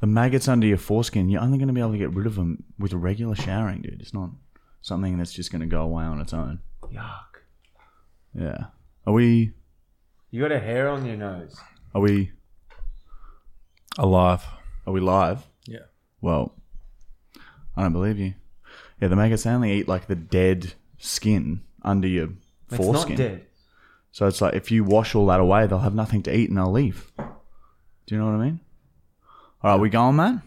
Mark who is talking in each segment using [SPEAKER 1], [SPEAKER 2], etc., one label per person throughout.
[SPEAKER 1] the maggots under your foreskin, you're only going to be able to get rid of them with regular showering, dude. It's not something that's just going to go away on its own.
[SPEAKER 2] Yuck.
[SPEAKER 1] Yeah. Are we?
[SPEAKER 2] You got a hair on your nose.
[SPEAKER 1] Are we?
[SPEAKER 3] Alive.
[SPEAKER 1] Are we live?
[SPEAKER 3] Yeah.
[SPEAKER 1] Well, I don't believe you. Yeah, the maggots they only eat like the dead skin under your
[SPEAKER 2] It's
[SPEAKER 1] foreskin.
[SPEAKER 2] not dead.
[SPEAKER 1] So it's like if you wash all that away, they'll have nothing to eat and they'll leave. Do you know what I mean? All right, we going, man?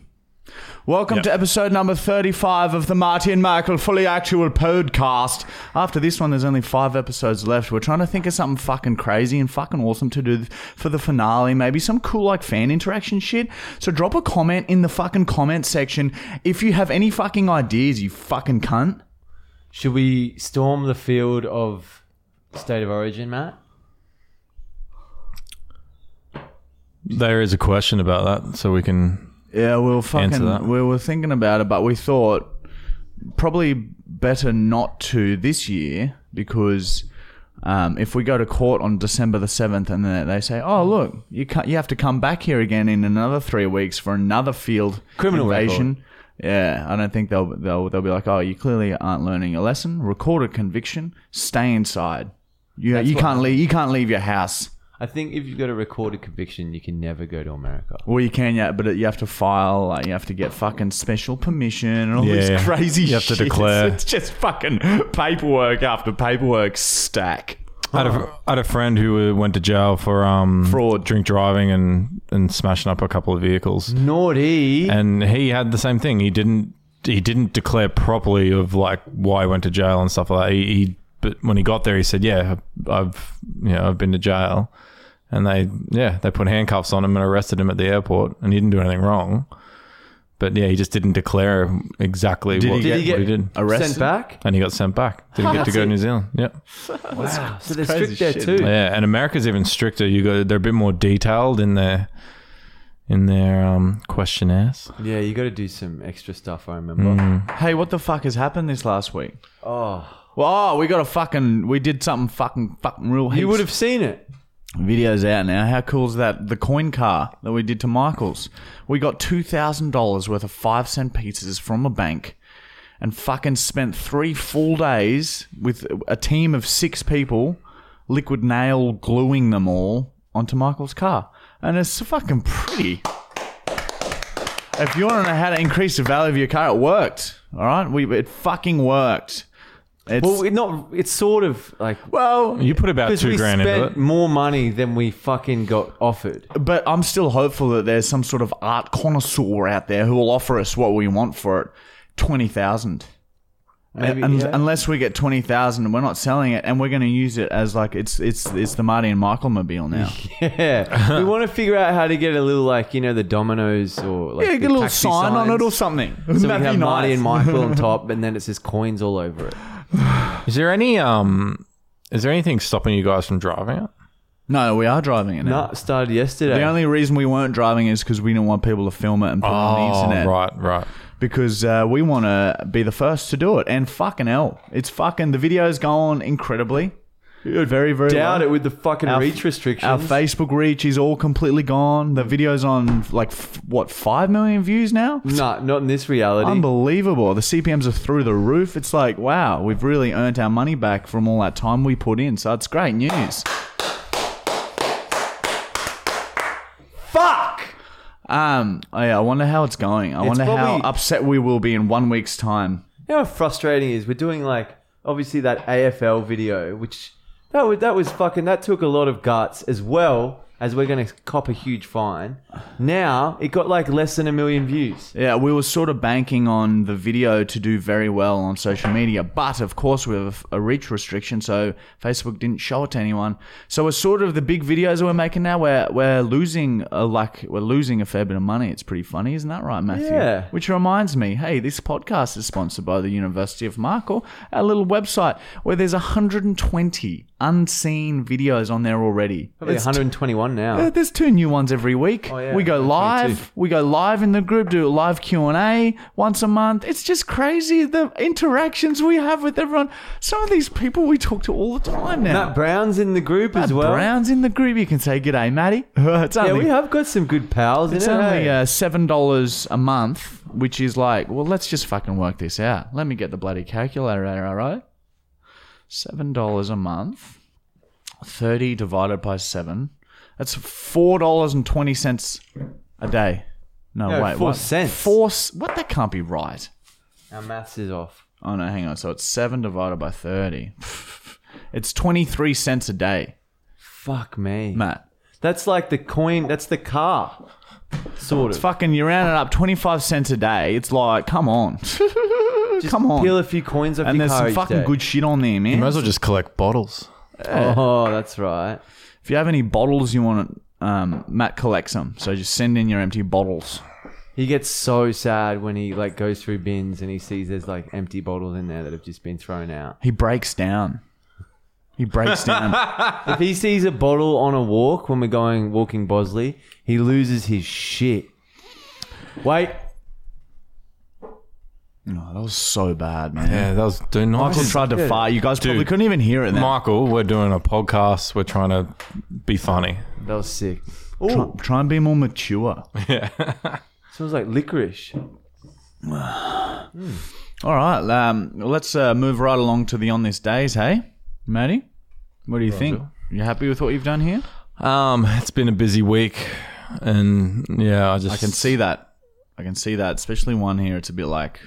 [SPEAKER 1] Welcome
[SPEAKER 3] Yep.
[SPEAKER 1] to episode number 35 of the Marty and Michael Fully Actual Podcast. After this one, there's only five episodes left. We're trying to think of something fucking crazy and fucking awesome to do for the finale. Maybe some cool, like, fan interaction shit. So drop a comment in the fucking comment section if you have any fucking ideas, you fucking cunt.
[SPEAKER 2] Should we storm the field of state of origin, Matt?
[SPEAKER 3] There is a question about that, so we can.
[SPEAKER 1] Yeah, we were
[SPEAKER 3] that.
[SPEAKER 1] fucking we were thinking about it, but we thought probably better not to this year because um, if we go to court on December the seventh and then they say, "Oh, look, you ca you have to come back here again in another three weeks for another field
[SPEAKER 2] Criminal
[SPEAKER 1] invasion." Yeah, I don't think they'll they'll they'll be like, "Oh, you clearly aren't learning a lesson. Record a conviction. Stay inside. You you
[SPEAKER 2] what-
[SPEAKER 1] can't leave. You can't leave your house."
[SPEAKER 2] I think if you've got a recorded conviction, you can never go to America.
[SPEAKER 1] Well, you can, yeah, but you have to file, like, you have to get fucking special permission and all
[SPEAKER 3] Yeah,
[SPEAKER 1] this crazy shit.
[SPEAKER 3] you have to declare.
[SPEAKER 1] It's just fucking paperwork after paperwork stack.
[SPEAKER 3] I had, a, I had a friend who uh, went to jail for um,
[SPEAKER 1] Fraud.
[SPEAKER 3] drink driving, and and smashing up a couple of vehicles.
[SPEAKER 2] Naughty.
[SPEAKER 3] And he had the same thing. He didn't he didn't declare properly of like why he went to jail and stuff like that. He, he but when he got there, he said, "Yeah, I've you know I've been to jail," and they yeah they put handcuffs on him and arrested him at the airport, and he didn't do anything wrong. But yeah, he just didn't declare exactly
[SPEAKER 1] Did
[SPEAKER 3] what,
[SPEAKER 1] he get-
[SPEAKER 2] Did he get
[SPEAKER 3] what he did.
[SPEAKER 1] Arrested?
[SPEAKER 2] sent back?
[SPEAKER 3] and he got sent back. Didn't get to go to New Zealand. Yeah,
[SPEAKER 2] Wow. So they're
[SPEAKER 1] crazy
[SPEAKER 2] strict there
[SPEAKER 1] shit,
[SPEAKER 2] too.
[SPEAKER 3] yeah. And America's even stricter. You go, they're a bit more detailed in their in their um, questionnaires.
[SPEAKER 2] Yeah, you got to do some extra stuff. I remember.
[SPEAKER 3] Mm.
[SPEAKER 1] Hey, what the fuck has happened this last week?
[SPEAKER 2] Oh,
[SPEAKER 1] Well, oh, we got a fucking, we did something fucking, fucking real.
[SPEAKER 2] you
[SPEAKER 1] heaps.
[SPEAKER 2] would have seen it.
[SPEAKER 1] videos out now. How cool is that? The coin car that we did to Michael's. We got two thousand dollars worth of five cent pizzas from a bank, and fucking spent three full days with a team of six people, liquid nail gluing them all onto Michael's car, and it's fucking pretty. If you want to know how to increase the value of your car, it worked. All right, we it fucking worked. It's,
[SPEAKER 2] Well,
[SPEAKER 1] well,
[SPEAKER 2] it not. It's sort of like
[SPEAKER 3] You put about
[SPEAKER 2] because
[SPEAKER 3] two
[SPEAKER 2] we
[SPEAKER 3] grand into it.
[SPEAKER 2] spent more money than we fucking got offered.
[SPEAKER 1] But I'm still hopeful that there's some sort of art connoisseur out there who will offer us what we want for it. Twenty thousand.
[SPEAKER 2] Maybe,
[SPEAKER 1] Un-
[SPEAKER 2] yeah.
[SPEAKER 1] Unless we get twenty thousand and we're not selling it and we're gonna use it as like it's it's it's the Marty and Michael mobile now.
[SPEAKER 2] Yeah, we want to figure out how to get a little like you know the Domino's or like
[SPEAKER 1] yeah,
[SPEAKER 2] the
[SPEAKER 1] get a little
[SPEAKER 2] taxi
[SPEAKER 1] sign on it
[SPEAKER 2] signs.
[SPEAKER 1] or something.
[SPEAKER 2] So we can have Marty and Michael on top, and then it says coins all over it.
[SPEAKER 3] Is there any um? Is there anything stopping you guys from driving it?
[SPEAKER 1] No, we are driving it now.
[SPEAKER 2] No, started yesterday.
[SPEAKER 1] The only reason we weren't driving is because we didn't want people to film it and put it on
[SPEAKER 2] Oh,
[SPEAKER 1] the internet.
[SPEAKER 3] Oh, right, right.
[SPEAKER 1] because uh, we want to be the first to do it. And fucking hell, it's fucking the video's gone incredibly. Very very
[SPEAKER 2] doubt
[SPEAKER 1] well.
[SPEAKER 2] it with the fucking
[SPEAKER 1] Our-
[SPEAKER 2] reach restrictions.
[SPEAKER 1] Our Facebook reach is all completely gone. The video's on like f- what five million views now.
[SPEAKER 2] nah, not in this reality.
[SPEAKER 1] Unbelievable. The CPMS are through the roof. It's like, wow, we've really earned our money back from all that time we put in. So it's great news.
[SPEAKER 2] Fuck.
[SPEAKER 1] Um, oh yeah, I wonder how it's going. I wonder how
[SPEAKER 2] probably-
[SPEAKER 1] upset we will be in one week's time.
[SPEAKER 2] You know how frustrating it is? We're doing like obviously that AFL video, which that was, that was fucking that took a lot of guts as well as we're gonna cop a huge fine. Now it got like less than a million views.
[SPEAKER 1] Yeah, we were sort of banking on the video to do very well on social media, but of course we have a reach restriction, so Facebook didn't show it to anyone. So it's sort of the big videos that we're making now. We're we're losing a, like we're losing a fair bit of money. It's pretty funny, isn't that right, Matthew?
[SPEAKER 2] Yeah.
[SPEAKER 1] Which reminds me, hey, this podcast is sponsored by the University of Markle, our little website where there's 120 unseen videos on there already.
[SPEAKER 2] Probably
[SPEAKER 1] It's
[SPEAKER 2] 121
[SPEAKER 1] uh,
[SPEAKER 2] now.
[SPEAKER 1] There's two new ones every week.
[SPEAKER 2] Oh, yeah.
[SPEAKER 1] We go
[SPEAKER 2] Me too.
[SPEAKER 1] live. We go live in the group. Do a live Q and A once a month. It's just crazy the interactions we have with everyone. Some of these people we talk to all the time now.
[SPEAKER 2] Matt Brown's in the group as well.
[SPEAKER 1] Brown's in the group. You can say good day, Matty. it's
[SPEAKER 2] Yeah,
[SPEAKER 1] only,
[SPEAKER 2] we have got some good pals
[SPEAKER 1] it's
[SPEAKER 2] in it.
[SPEAKER 1] only
[SPEAKER 2] hey?
[SPEAKER 1] uh, seven dollars a month, which is like, well, let's just fucking work this out. Let me get the bloody calculator out. All right, seven dollars a month, thirty divided by seven. That's four dollars and twenty cents a day. No,
[SPEAKER 2] No,
[SPEAKER 1] wait,
[SPEAKER 2] four
[SPEAKER 1] what?
[SPEAKER 2] cents.
[SPEAKER 1] Four. c- What? That can't be right.
[SPEAKER 2] Our maths is off.
[SPEAKER 1] Oh no, hang on. So it's seven divided by thirty. It's twenty three cents a day,
[SPEAKER 2] Fuck me.
[SPEAKER 1] Matt.
[SPEAKER 2] That's like the coin. That's the car. Sort
[SPEAKER 1] It's
[SPEAKER 2] of.
[SPEAKER 1] fucking. You round it up twenty five cents a day. It's like, come on, come on.
[SPEAKER 2] Peel a few coins off
[SPEAKER 1] And
[SPEAKER 2] your
[SPEAKER 1] there's
[SPEAKER 2] car
[SPEAKER 1] some
[SPEAKER 2] each
[SPEAKER 1] fucking
[SPEAKER 2] day.
[SPEAKER 1] good shit on there, man.
[SPEAKER 3] You might as well just collect bottles.
[SPEAKER 2] Oh, that's right.
[SPEAKER 1] if you have any bottles you want, um, Matt collects them. So just send in your empty bottles.
[SPEAKER 2] He gets so sad when he like goes through bins and he sees there's like empty bottles in there that have just been thrown out.
[SPEAKER 1] He breaks down. He breaks down. Oh,
[SPEAKER 2] If he sees a bottle on a walk when we're going walking Bosley, he loses his shit. Wait,
[SPEAKER 1] No, that was so bad, man.
[SPEAKER 3] Yeah, that was do not.
[SPEAKER 1] Michael tried to fart. You guys probably couldn't even hear it then.
[SPEAKER 3] Michael, we're doing a podcast. We're trying to be funny.
[SPEAKER 2] that was sick.
[SPEAKER 1] Try,
[SPEAKER 2] Oh,
[SPEAKER 1] try and be more mature.
[SPEAKER 2] smells like licorice.
[SPEAKER 1] All right, um, let's uh, move right along to the on this days. Hey, Maddie, what do you think? You happy with what you've done here?
[SPEAKER 3] Um, it's been a busy week, and yeah, I just
[SPEAKER 1] I can see that. I can see that, especially one here. It's a bit like,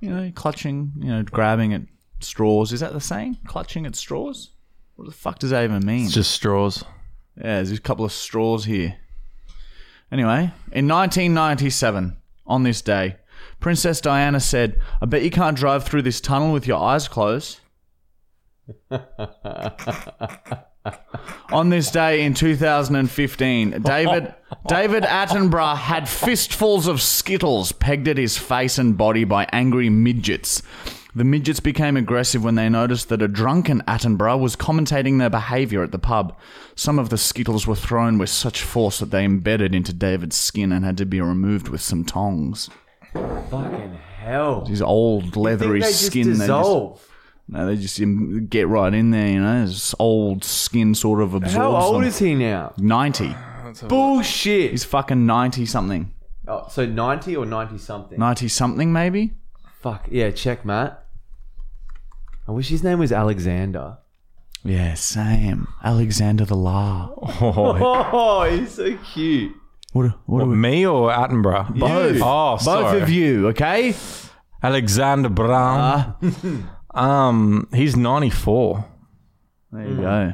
[SPEAKER 1] you know, clutching, you know, grabbing at straws. Is that the saying? Clutching at straws? What the fuck does that even mean?
[SPEAKER 3] it's just straws.
[SPEAKER 1] yeah, there's a couple of straws here. Anyway, in 1997, on this day, Princess Diana said, I bet you can't drive through this tunnel with your eyes closed. on this day in 2015, David David Attenborough had fistfuls of skittles pegged at his face and body by angry midgets. The midgets became aggressive when they noticed that a drunken Attenborough was commentating their behaviour at the pub. Some of the skittles were thrown with such force that they embedded into David's skin and had to be removed with some tongs.
[SPEAKER 2] Fucking hell.
[SPEAKER 1] His old leathery
[SPEAKER 2] Think they just
[SPEAKER 1] skin. they just-
[SPEAKER 2] dissolve.
[SPEAKER 1] no, they just im- get right in there, you know. This old skin sort of absorbs
[SPEAKER 2] How old
[SPEAKER 1] them.
[SPEAKER 2] is he now?
[SPEAKER 1] 90.
[SPEAKER 2] Bullshit.
[SPEAKER 1] He's fucking 90 something.
[SPEAKER 2] Oh, so 90 or 90 something?
[SPEAKER 1] 90 something, maybe?
[SPEAKER 2] Fuck. Yeah, check, Matt. I wish his name was Alexander.
[SPEAKER 1] Yeah, Sam. Alexander the La.
[SPEAKER 3] Oh,
[SPEAKER 2] Oh, he's so cute.
[SPEAKER 1] What, what are we?
[SPEAKER 3] me or Attenborough?
[SPEAKER 1] Both.
[SPEAKER 3] Oh,
[SPEAKER 1] Both
[SPEAKER 3] sorry.
[SPEAKER 1] of you, okay?
[SPEAKER 3] Alexander Brown.
[SPEAKER 1] Ah.
[SPEAKER 3] um, he's ninety four.
[SPEAKER 1] There you go.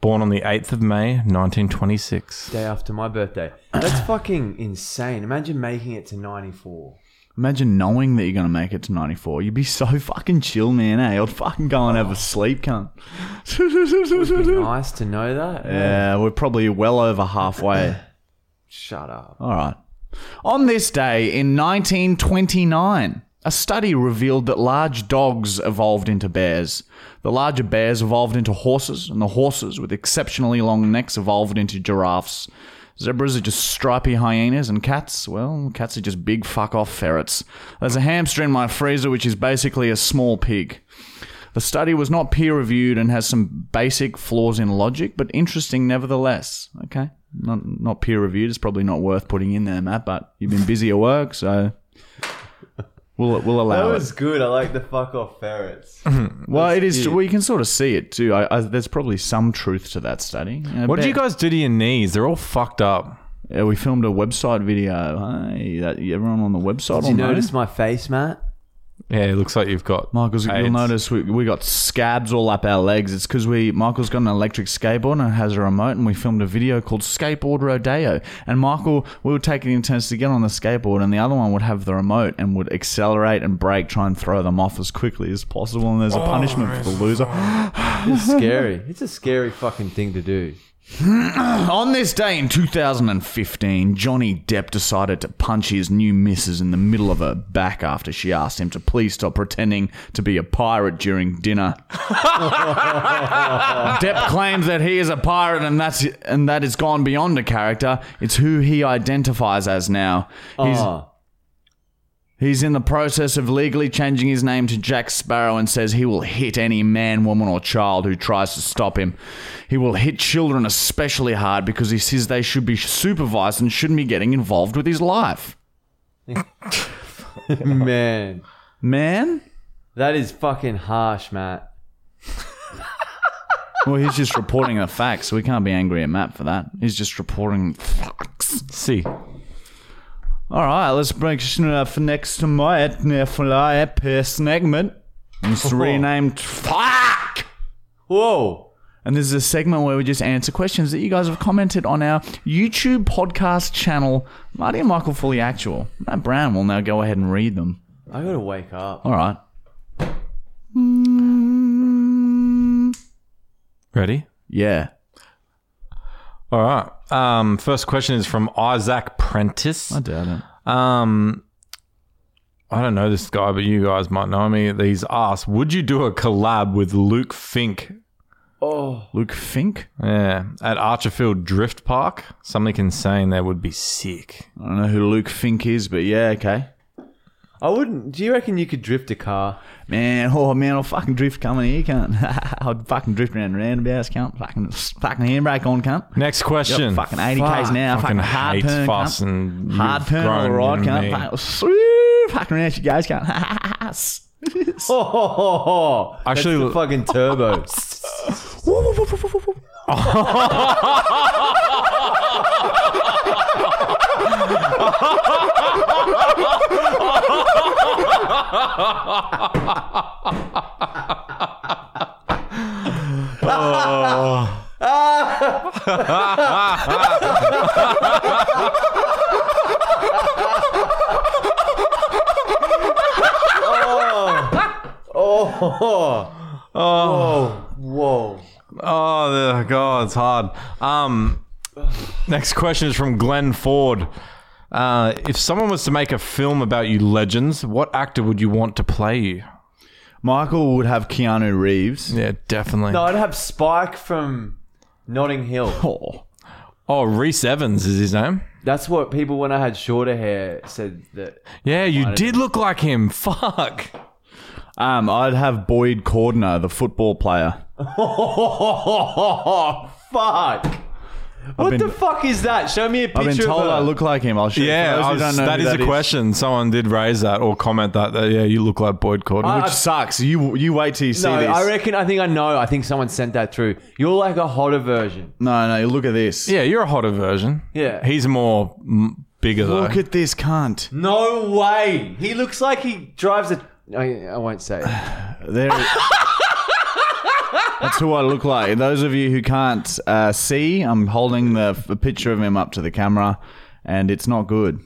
[SPEAKER 3] Born on the eighth of May, nineteen twenty six.
[SPEAKER 2] Day after my birthday. That's fucking insane. Imagine making it to 94.
[SPEAKER 1] Imagine knowing that you're going to make it to 94. You'd be so fucking chill, man, eh? I'd fucking go and have a sleep, cunt.
[SPEAKER 2] Nice to know that.
[SPEAKER 1] yeah, we're probably well over halfway.
[SPEAKER 2] Shut up.
[SPEAKER 1] All right. On this day in 1929, a study revealed that large dogs evolved into bears. The larger bears evolved into horses, and the horses with exceptionally long necks evolved into giraffes. Zebras are just stripy hyenas, and cats, well, cats are just big fuck off ferrets. There's a hamster in my freezer, which is basically a small pig. The study was not peer reviewed and has some basic flaws in logic, but interesting nevertheless. Okay. Not, not peer reviewed. It's probably not worth putting in there, Matt, but you've been busy at work, so we'll, we'll
[SPEAKER 2] That
[SPEAKER 1] allow
[SPEAKER 2] was good. I like the fuck off ferrets.
[SPEAKER 1] it. Well, it is. Well, you can sort of see it too. I, I, there's probably some truth to that study.
[SPEAKER 3] What did you guys do to your knees? They're all fucked up.
[SPEAKER 1] Yeah, we filmed a website video. Hey, that, everyone on the website
[SPEAKER 2] Did you
[SPEAKER 1] will know.
[SPEAKER 2] notice my face, Matt?
[SPEAKER 3] Yeah, it looks like you've got
[SPEAKER 1] Michael's, you'll
[SPEAKER 3] AIDS.
[SPEAKER 1] notice we, we got scabs all up our legs. It's because we Michael's got an electric skateboard and has a remote, and we filmed a video called Skateboard Rodeo. And Michael, we would take the turns to get on the skateboard, and the other one would have the remote and would accelerate and brake, try and throw them off as quickly as possible. And there's a punishment for the loser.
[SPEAKER 2] It's scary. It's a scary fucking thing to do.
[SPEAKER 1] On this day in 2015, Johnny Depp decided to punch his new missus in the middle of her back after she asked him to please stop pretending to be a pirate during dinner. Depp claims that he is a pirate and that's and that it's gone beyond a character. It's who he identifies as now. He's
[SPEAKER 2] Oh.
[SPEAKER 1] He's in the process of legally changing his name to Jack Sparrow and says he will hit any man, woman, or child who tries to stop him. He will hit children especially hard because he says they should be supervised and shouldn't be getting involved with his life.
[SPEAKER 2] man.
[SPEAKER 1] Man?
[SPEAKER 2] That is fucking harsh, Matt.
[SPEAKER 1] Well, he's just reporting the facts. so We can't be angry at Matt for that. He's just reporting facts.
[SPEAKER 3] See.
[SPEAKER 1] All right, let's break uh, for next to my NFL segment. It's renamed Fuck!
[SPEAKER 2] Whoa.
[SPEAKER 1] And this is a segment where we just answer questions that you guys have commented on our YouTube podcast channel, Marty and Michael Fully Actual. Matt Brown will now go ahead and read them.
[SPEAKER 2] I gotta wake up.
[SPEAKER 1] All right.
[SPEAKER 3] Ready?
[SPEAKER 1] Yeah.
[SPEAKER 3] All right. Um, first question is from Isaac Prentice.
[SPEAKER 1] I doubt it.
[SPEAKER 3] Um, I don't know this guy, but you guys might know me. He's asked, would you do a collab with Luke Fink?
[SPEAKER 2] Oh.
[SPEAKER 1] Luke Fink?
[SPEAKER 3] Yeah, at Archerfield Drift Park. Something insane there would be sick.
[SPEAKER 1] I don't know who Luke Fink is, but yeah, okay.
[SPEAKER 2] I wouldn't. Do you reckon you could drift a car?
[SPEAKER 1] Man, oh man, I'll fucking drift coming here, cunt. I'd fucking drift around roundabouts, cunt. Fucking, fucking handbrake on, cunt.
[SPEAKER 3] Next
[SPEAKER 1] Yep,
[SPEAKER 3] question.
[SPEAKER 1] fucking 80 k's now.
[SPEAKER 3] Fucking
[SPEAKER 1] Fucking, hard
[SPEAKER 3] hate
[SPEAKER 1] turn,
[SPEAKER 3] fuss
[SPEAKER 1] cunt.
[SPEAKER 3] and
[SPEAKER 1] Hard
[SPEAKER 3] you've
[SPEAKER 1] turn on the
[SPEAKER 3] grown
[SPEAKER 1] ride, cunt.
[SPEAKER 3] in me.
[SPEAKER 1] Fucking, swoo, fucking around she goes, cunt.
[SPEAKER 2] Oh, ho, ho,
[SPEAKER 1] Oh.
[SPEAKER 2] ho.
[SPEAKER 3] Actually-
[SPEAKER 2] That's the fucking turbo. Whoa.
[SPEAKER 3] Oh the- god, it's hard. Um, next question is from Glenn Ford. Uh, if someone was to make a film about you, legends, what actor would you want to play you?
[SPEAKER 1] Michael would have Keanu Reeves.
[SPEAKER 3] Yeah, definitely.
[SPEAKER 2] No, I'd have Spike from Notting Hill.
[SPEAKER 1] Oh.
[SPEAKER 3] Oh, Reese Evans is his name.
[SPEAKER 2] That's what people, when I had shorter hair, said that.
[SPEAKER 3] Yeah, you did look like him. Fuck.
[SPEAKER 1] Um, I'd have Boyd Cordner, the football player.
[SPEAKER 2] Oh, fuck. What
[SPEAKER 1] been-
[SPEAKER 2] the fuck is that? Show me a picture
[SPEAKER 1] I've been told
[SPEAKER 2] of her.
[SPEAKER 1] I look like him. I'll show
[SPEAKER 3] Yeah,
[SPEAKER 1] you.
[SPEAKER 3] I was- that is a question. Someone did raise that or comment that. that yeah, you look like Boyd Cordner.
[SPEAKER 1] Which
[SPEAKER 2] I-
[SPEAKER 1] sucks. You you wait till you see
[SPEAKER 2] No,
[SPEAKER 1] this.
[SPEAKER 2] I reckon. I think I know. I think someone sent that through. You're like a hotter version.
[SPEAKER 1] no, no. Look at this.
[SPEAKER 3] yeah, you're a hotter version.
[SPEAKER 2] Yeah.
[SPEAKER 3] he's more m- bigger
[SPEAKER 1] Look
[SPEAKER 3] though.
[SPEAKER 1] at this cunt.
[SPEAKER 2] No way. He looks like he drives a. Oh, I, I won't say. It.
[SPEAKER 1] There. That's who I look like. Those of you who can't uh, see, I'm holding the, the picture of him up to the camera, and it's not good.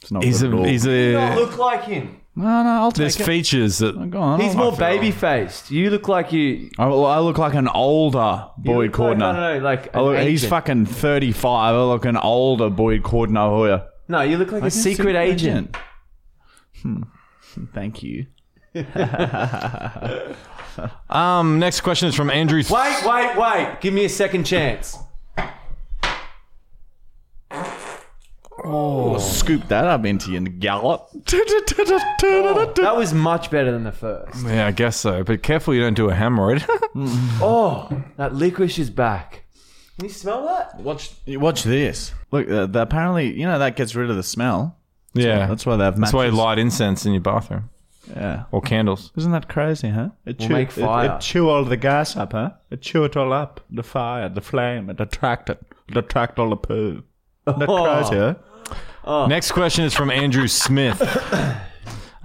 [SPEAKER 1] It's not
[SPEAKER 3] he's
[SPEAKER 1] good at
[SPEAKER 3] a
[SPEAKER 1] all.
[SPEAKER 3] he's
[SPEAKER 2] Don't
[SPEAKER 3] a.
[SPEAKER 2] look like him.
[SPEAKER 1] no, no. I'll take
[SPEAKER 3] There's
[SPEAKER 1] it. Oh,
[SPEAKER 3] features that
[SPEAKER 1] Go on.
[SPEAKER 2] He's
[SPEAKER 1] I'll-
[SPEAKER 2] more baby faced. You look like you.
[SPEAKER 1] I, I look like an older
[SPEAKER 2] you
[SPEAKER 1] Boyd
[SPEAKER 2] look like,
[SPEAKER 1] Cordner.
[SPEAKER 2] I don't know, like
[SPEAKER 1] I
[SPEAKER 2] an
[SPEAKER 1] look- Oh, he's
[SPEAKER 2] agent.
[SPEAKER 1] fucking 35. I look an older Boyd Cordner Hoyer.
[SPEAKER 2] No, you look like a secret agent.
[SPEAKER 1] Hmm. Thank you.
[SPEAKER 3] Um, next question is from Andrew.
[SPEAKER 2] Wait, wait, wait. Give me a second chance.
[SPEAKER 1] Oh, Scoop that up into your gallop.
[SPEAKER 2] That was much better than the
[SPEAKER 1] Oh,
[SPEAKER 2] first.
[SPEAKER 3] yeah, I guess so. But careful you don't do a hemorrhoid.
[SPEAKER 2] Oh, that licorice is back. Can you smell that?
[SPEAKER 1] Watch, watch this. Look, uh, the, apparently, you know that gets rid of the smell.
[SPEAKER 3] yeah,
[SPEAKER 1] That's why they have
[SPEAKER 3] That's why you
[SPEAKER 1] matches.
[SPEAKER 3] light incense in your bathroom
[SPEAKER 1] Yeah.
[SPEAKER 3] or candles.
[SPEAKER 1] Isn't that crazy, huh? It chew,
[SPEAKER 2] make
[SPEAKER 1] it- It,
[SPEAKER 2] fire.
[SPEAKER 1] chew all the gas up, huh? It chew it all up. The fire, the flame, it attract it. It attract all the poo. Isn't that
[SPEAKER 2] Oh.
[SPEAKER 1] crazy, huh?
[SPEAKER 3] Next question is from Andrew Smith.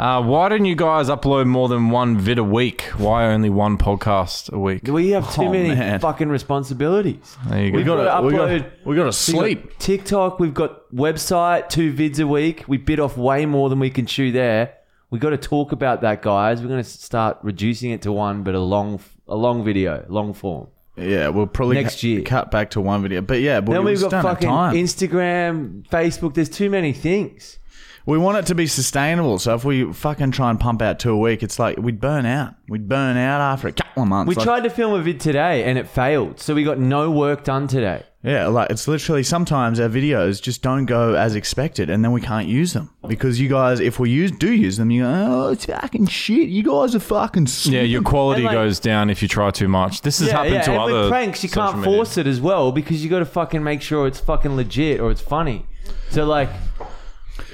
[SPEAKER 3] Uh, why didn't you guys upload more than one vid a week? Why only one podcast a week?
[SPEAKER 2] We have too
[SPEAKER 1] Oh,
[SPEAKER 2] many
[SPEAKER 1] man.
[SPEAKER 2] fucking responsibilities.
[SPEAKER 3] There you go.
[SPEAKER 2] We got- gotta
[SPEAKER 1] we
[SPEAKER 2] upload-
[SPEAKER 1] we gotta
[SPEAKER 2] We've got
[SPEAKER 1] sleep.
[SPEAKER 2] TikTok, we've got website, two vids a week. We bit off way more than we can chew there. We got to talk about that, guys. We're going to start reducing it to one, but a long, a long video, long form.
[SPEAKER 1] Yeah, we'll probably
[SPEAKER 2] Next
[SPEAKER 1] cu-
[SPEAKER 2] year.
[SPEAKER 1] cut back to one video. But yeah, but
[SPEAKER 2] Then
[SPEAKER 1] we
[SPEAKER 2] we've
[SPEAKER 1] just
[SPEAKER 2] got
[SPEAKER 1] don't have
[SPEAKER 2] fucking
[SPEAKER 1] time.
[SPEAKER 2] Instagram, Facebook. There's too many things.
[SPEAKER 1] we want it to be sustainable. So if we fucking try and pump out two a week, it's like we'd burn out. We'd burn out after a couple of months.
[SPEAKER 2] We
[SPEAKER 1] Like,
[SPEAKER 2] tried to film a vid today and it failed, so we got no work done today.
[SPEAKER 1] Yeah, like it's literally sometimes our videos just don't go as expected, and then we can't use them because you guys, if we use do use them, you go, oh, it's fucking shit. You guys are fucking sl-"
[SPEAKER 3] Yeah, your quality
[SPEAKER 2] And, like-
[SPEAKER 3] goes down if you try too much. This has happened to
[SPEAKER 2] and
[SPEAKER 3] other
[SPEAKER 2] with pranks, you
[SPEAKER 3] social
[SPEAKER 2] can't
[SPEAKER 3] media.
[SPEAKER 2] force it as well because you got to fucking make sure it's fucking legit or it's funny. So like,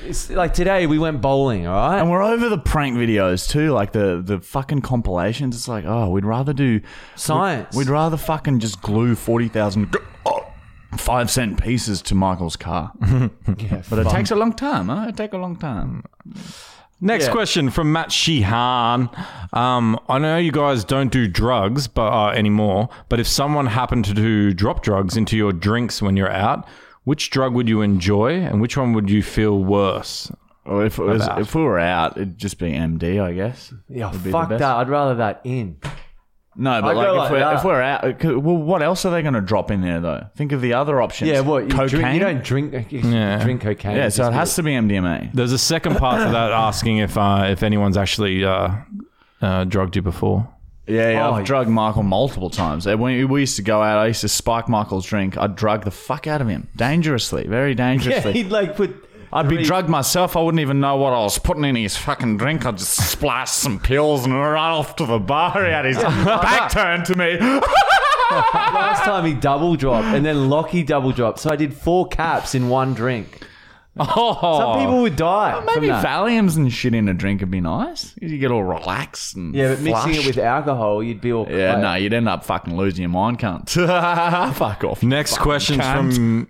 [SPEAKER 2] it's like today we went bowling, all
[SPEAKER 1] And
[SPEAKER 2] right?
[SPEAKER 1] we're over the prank videos too, like the the fucking compilations. It's like, oh, we'd rather do
[SPEAKER 2] Science.
[SPEAKER 1] We'd rather fucking just glue forty thousand oh, five cent pieces to Michael's car, but it takes a long time. Huh? It takes a long time.
[SPEAKER 3] Next
[SPEAKER 2] Yeah.
[SPEAKER 3] question from Matt Sheehan. Um, I know you guys don't do drugs but uh, anymore, but if someone happened to do drop drugs into your drinks when you're out, which drug would you enjoy and which one would you feel worse?
[SPEAKER 1] Or if it was,
[SPEAKER 3] About.
[SPEAKER 1] if we were out, it'd just be MD, I guess.
[SPEAKER 2] yeah,
[SPEAKER 1] Would be the
[SPEAKER 2] fuck
[SPEAKER 1] best.
[SPEAKER 2] that. I'd rather that in.
[SPEAKER 1] No, but
[SPEAKER 2] I'd
[SPEAKER 1] like,
[SPEAKER 2] go
[SPEAKER 1] if,
[SPEAKER 2] like
[SPEAKER 1] we're,
[SPEAKER 2] that.
[SPEAKER 1] if we're out, c- well, what else are they going to drop in there though? Think of the other options.
[SPEAKER 2] Yeah, what? You,
[SPEAKER 1] cocaine?
[SPEAKER 2] Drink, you don't drink. You
[SPEAKER 3] Yeah.
[SPEAKER 2] drink cocaine.
[SPEAKER 1] yeah, so
[SPEAKER 2] Just
[SPEAKER 1] it has to be MDMA.
[SPEAKER 3] There's a second part to that asking if uh, if anyone's actually uh, uh, drugged you before.
[SPEAKER 1] Yeah, yeah
[SPEAKER 2] Oh,
[SPEAKER 1] I've
[SPEAKER 2] yeah.
[SPEAKER 1] drugged Michael multiple times. And When we used to go out, I used to spike Michael's drink. I'd drug the fuck out of him, dangerously, very
[SPEAKER 2] Yeah,
[SPEAKER 1] dangerously.
[SPEAKER 2] he'd like put.
[SPEAKER 1] I'd be drugged myself. I wouldn't even know what I was putting in his fucking drink. I'd just splash some pills and run off to the bar. He had his back turned to me.
[SPEAKER 2] Last time he double dropped, and then Lockie double dropped. So I did four caps in one drink.
[SPEAKER 3] Oh,
[SPEAKER 2] Some people would die. from
[SPEAKER 1] Maybe
[SPEAKER 2] that.
[SPEAKER 1] Valiums and shit in a drink would be nice. You get all relaxed and
[SPEAKER 2] Yeah, but mixing
[SPEAKER 1] flushed.
[SPEAKER 2] it with alcohol, you'd be all.
[SPEAKER 1] Yeah,
[SPEAKER 2] cray.
[SPEAKER 1] no, you'd end up fucking losing your mind, cunt. Fuck off.
[SPEAKER 3] Next question from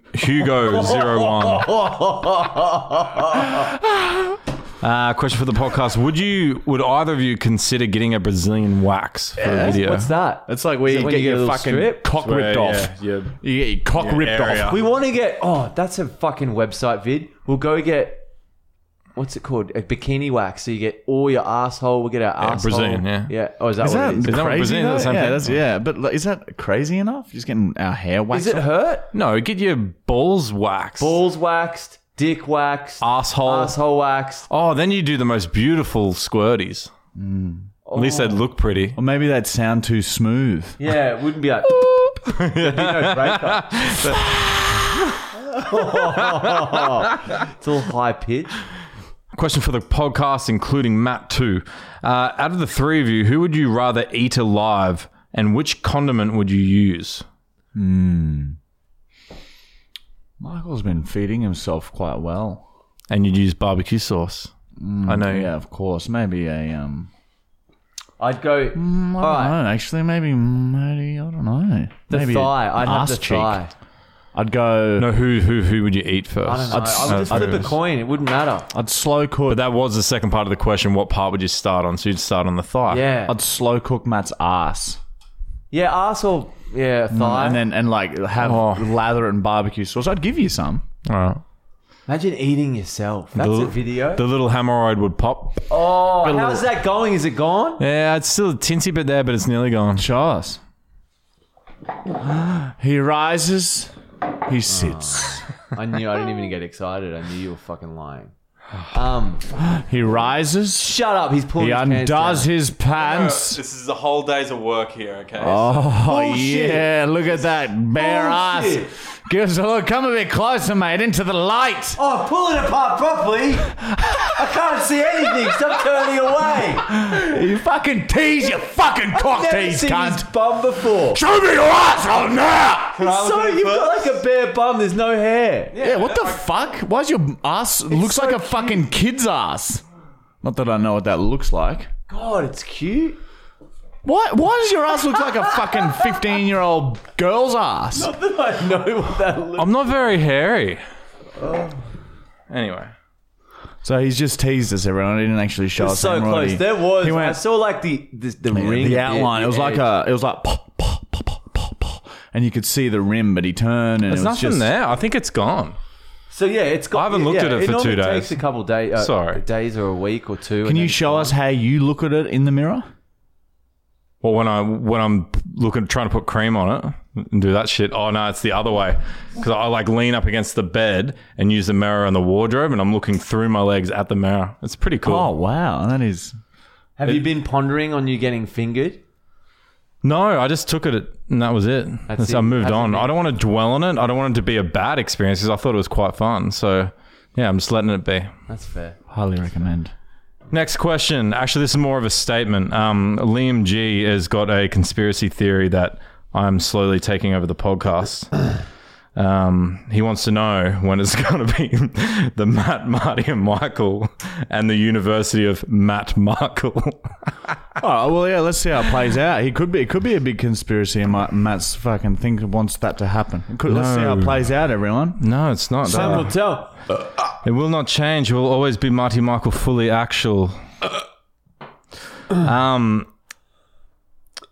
[SPEAKER 3] Hugo 01 Uh, question for the podcast: Would you, would either of you consider getting a Brazilian wax for a video?
[SPEAKER 2] What's that?
[SPEAKER 1] It's like where you
[SPEAKER 2] when
[SPEAKER 1] get,
[SPEAKER 2] you get a
[SPEAKER 1] your
[SPEAKER 2] little
[SPEAKER 1] fucking
[SPEAKER 2] strip?
[SPEAKER 1] cock
[SPEAKER 3] Where,
[SPEAKER 1] ripped off.
[SPEAKER 3] yeah, your-
[SPEAKER 1] You get your cock
[SPEAKER 3] your
[SPEAKER 1] ripped
[SPEAKER 3] area.
[SPEAKER 1] off.
[SPEAKER 2] We want to get. Oh, that's a fucking website vid. We'll go get. What's it called? A bikini wax. So you get all your asshole. We'll get our asshole.
[SPEAKER 3] Brazilian, yeah.
[SPEAKER 2] Yeah. Oh, is that what it is?
[SPEAKER 3] that what Brazilian
[SPEAKER 1] though?
[SPEAKER 3] is the same
[SPEAKER 1] yeah,
[SPEAKER 3] thing?
[SPEAKER 1] that's- yeah, but like, is that crazy enough? Just getting our hair waxed
[SPEAKER 2] Is it
[SPEAKER 1] off?
[SPEAKER 2] hurt?
[SPEAKER 3] No, get your balls waxed.
[SPEAKER 2] Balls waxed, dick waxed,
[SPEAKER 3] Asshole.
[SPEAKER 2] asshole waxed.
[SPEAKER 3] Oh, then you do the most beautiful squirties.
[SPEAKER 2] Mm.
[SPEAKER 3] At least they'd look pretty.
[SPEAKER 1] Or maybe that'd sound too smooth.
[SPEAKER 2] Yeah, it wouldn't be like. There'd be no breakup. it's all high pitch.
[SPEAKER 3] Question for the podcast, including Matt too. Uh, out of the three of you, who would you rather eat alive, and which condiment would you use?
[SPEAKER 1] Michael's been feeding himself quite well.
[SPEAKER 3] And you'd use barbecue sauce.
[SPEAKER 2] Mm,
[SPEAKER 3] I know.
[SPEAKER 1] Yeah, of course. Maybe a um.
[SPEAKER 2] I'd go
[SPEAKER 1] I don't
[SPEAKER 2] Alright.
[SPEAKER 1] know. Actually, maybe maybe I don't know.
[SPEAKER 2] the
[SPEAKER 1] maybe a
[SPEAKER 2] thigh. I'd have
[SPEAKER 1] ass
[SPEAKER 2] the
[SPEAKER 1] cheek.
[SPEAKER 2] thigh.
[SPEAKER 1] I'd go.
[SPEAKER 3] No, who who who would you eat first?
[SPEAKER 2] I don't know. I would just
[SPEAKER 3] I'd-
[SPEAKER 2] flip a coin. It wouldn't matter.
[SPEAKER 1] I'd slow cook.
[SPEAKER 3] But that was the second part of the question. What part would you start on? So you'd start on the thigh.
[SPEAKER 2] Yeah.
[SPEAKER 1] I'd slow cook Matt's ass,
[SPEAKER 2] Yeah, asshole. Yeah, thigh.
[SPEAKER 1] Mm, and then and like have
[SPEAKER 3] Oh.
[SPEAKER 1] lather it in barbecue sauce. I'd give you some.
[SPEAKER 3] All right.
[SPEAKER 2] Imagine eating yourself. That's
[SPEAKER 3] The-
[SPEAKER 2] a video.
[SPEAKER 3] The little hemorrhoid would pop.
[SPEAKER 2] oh, how's that going? Is it gone?
[SPEAKER 3] Yeah, it's still a tinsy bit there, but it's nearly gone.
[SPEAKER 1] Charles. He rises. He sits.
[SPEAKER 2] I knew. I didn't even get excited. I knew you were fucking lying. Um,
[SPEAKER 1] He rises.
[SPEAKER 2] shut up. He's pulling.
[SPEAKER 1] He
[SPEAKER 2] his pants
[SPEAKER 1] undoes
[SPEAKER 2] down.
[SPEAKER 1] his pants.
[SPEAKER 3] Uh, is the whole days of work here. Okay.
[SPEAKER 1] Oh
[SPEAKER 2] Bullshit.
[SPEAKER 1] yeah! Look at that bare ass.
[SPEAKER 2] Bullshit.
[SPEAKER 1] Give us a look. Come a bit closer, mate. Into the light.
[SPEAKER 2] Oh, pull it apart properly. I can't see anything. Stop turning away.
[SPEAKER 1] You fucking tease. You fucking cock
[SPEAKER 2] Never
[SPEAKER 1] tease,
[SPEAKER 2] seen his
[SPEAKER 1] cunt.
[SPEAKER 2] bum before.
[SPEAKER 1] Show me your asshole now.
[SPEAKER 2] So you've got like a bare bum. There's no hair.
[SPEAKER 1] Yeah, what the fuck? Why's your ass looks
[SPEAKER 2] so
[SPEAKER 1] like a
[SPEAKER 2] cute.
[SPEAKER 1] fucking kid's ass? Not that I know what that looks like.
[SPEAKER 2] God, it's cute.
[SPEAKER 1] Why? Why does your ass look like a fucking fifteen-year-old girl's ass?
[SPEAKER 2] I know what that looks.
[SPEAKER 3] I'm not very hairy.
[SPEAKER 2] Oh.
[SPEAKER 3] Anyway.
[SPEAKER 1] So he's just teased us, everyone. He didn't actually show us.
[SPEAKER 2] so
[SPEAKER 1] him,
[SPEAKER 2] close.
[SPEAKER 1] Oh, Roddy.
[SPEAKER 2] There was.
[SPEAKER 1] He
[SPEAKER 2] I
[SPEAKER 1] went,
[SPEAKER 2] saw like the the, the ring,
[SPEAKER 1] the outline.
[SPEAKER 2] the
[SPEAKER 1] It was like
[SPEAKER 2] edge.
[SPEAKER 1] a. It was like pop, pop, pop, pop, pop, pop, and you could see the rim, but he turned and
[SPEAKER 3] There's
[SPEAKER 1] it was
[SPEAKER 3] nothing
[SPEAKER 1] just,
[SPEAKER 3] there. I think it's gone.
[SPEAKER 2] So yeah, it's got.
[SPEAKER 3] I haven't looked
[SPEAKER 2] yeah,
[SPEAKER 3] at it for
[SPEAKER 2] normally
[SPEAKER 3] two days.
[SPEAKER 2] Takes a couple days. Uh,
[SPEAKER 3] Sorry.
[SPEAKER 2] days or a week or two.
[SPEAKER 1] Can you show us how you look at it in the mirror?
[SPEAKER 3] Or when I when I'm looking trying to put cream on it and do that shit. Oh no, it's the other way because I like lean up against the bed and use the mirror on the wardrobe, and I'm looking through my legs at the mirror. It's pretty cool.
[SPEAKER 1] Oh wow, that is.
[SPEAKER 2] Have you been pondering on you getting fingered?
[SPEAKER 3] No, I just took it and that was it.
[SPEAKER 2] That's
[SPEAKER 3] That's-
[SPEAKER 2] it.
[SPEAKER 3] I moved
[SPEAKER 2] That's
[SPEAKER 3] on.
[SPEAKER 2] it.
[SPEAKER 3] I don't want to dwell on it. I don't want it to be a bad experience because I thought it was quite fun. So, yeah, I'm just letting it be.
[SPEAKER 2] That's fair.
[SPEAKER 1] Highly recommend.
[SPEAKER 3] Next question. Actually, this is more of a statement. Um, Liam G has got a conspiracy theory that I'm slowly taking over the podcast. Um, he wants to know when it's going to be the Matt, Marty, and Michael and the University of Matt Markle.
[SPEAKER 1] Oh well, yeah. Let's see how it plays out. He could be. It could be a big conspiracy, and Ma- Matt's fucking think wants that to happen. It could- Let's see how it
[SPEAKER 3] No.
[SPEAKER 1] plays out, everyone.
[SPEAKER 3] no, it's not.
[SPEAKER 2] Time
[SPEAKER 3] that.
[SPEAKER 2] will tell.
[SPEAKER 3] It will not change. It will always be Marty Michael fully actual. Um,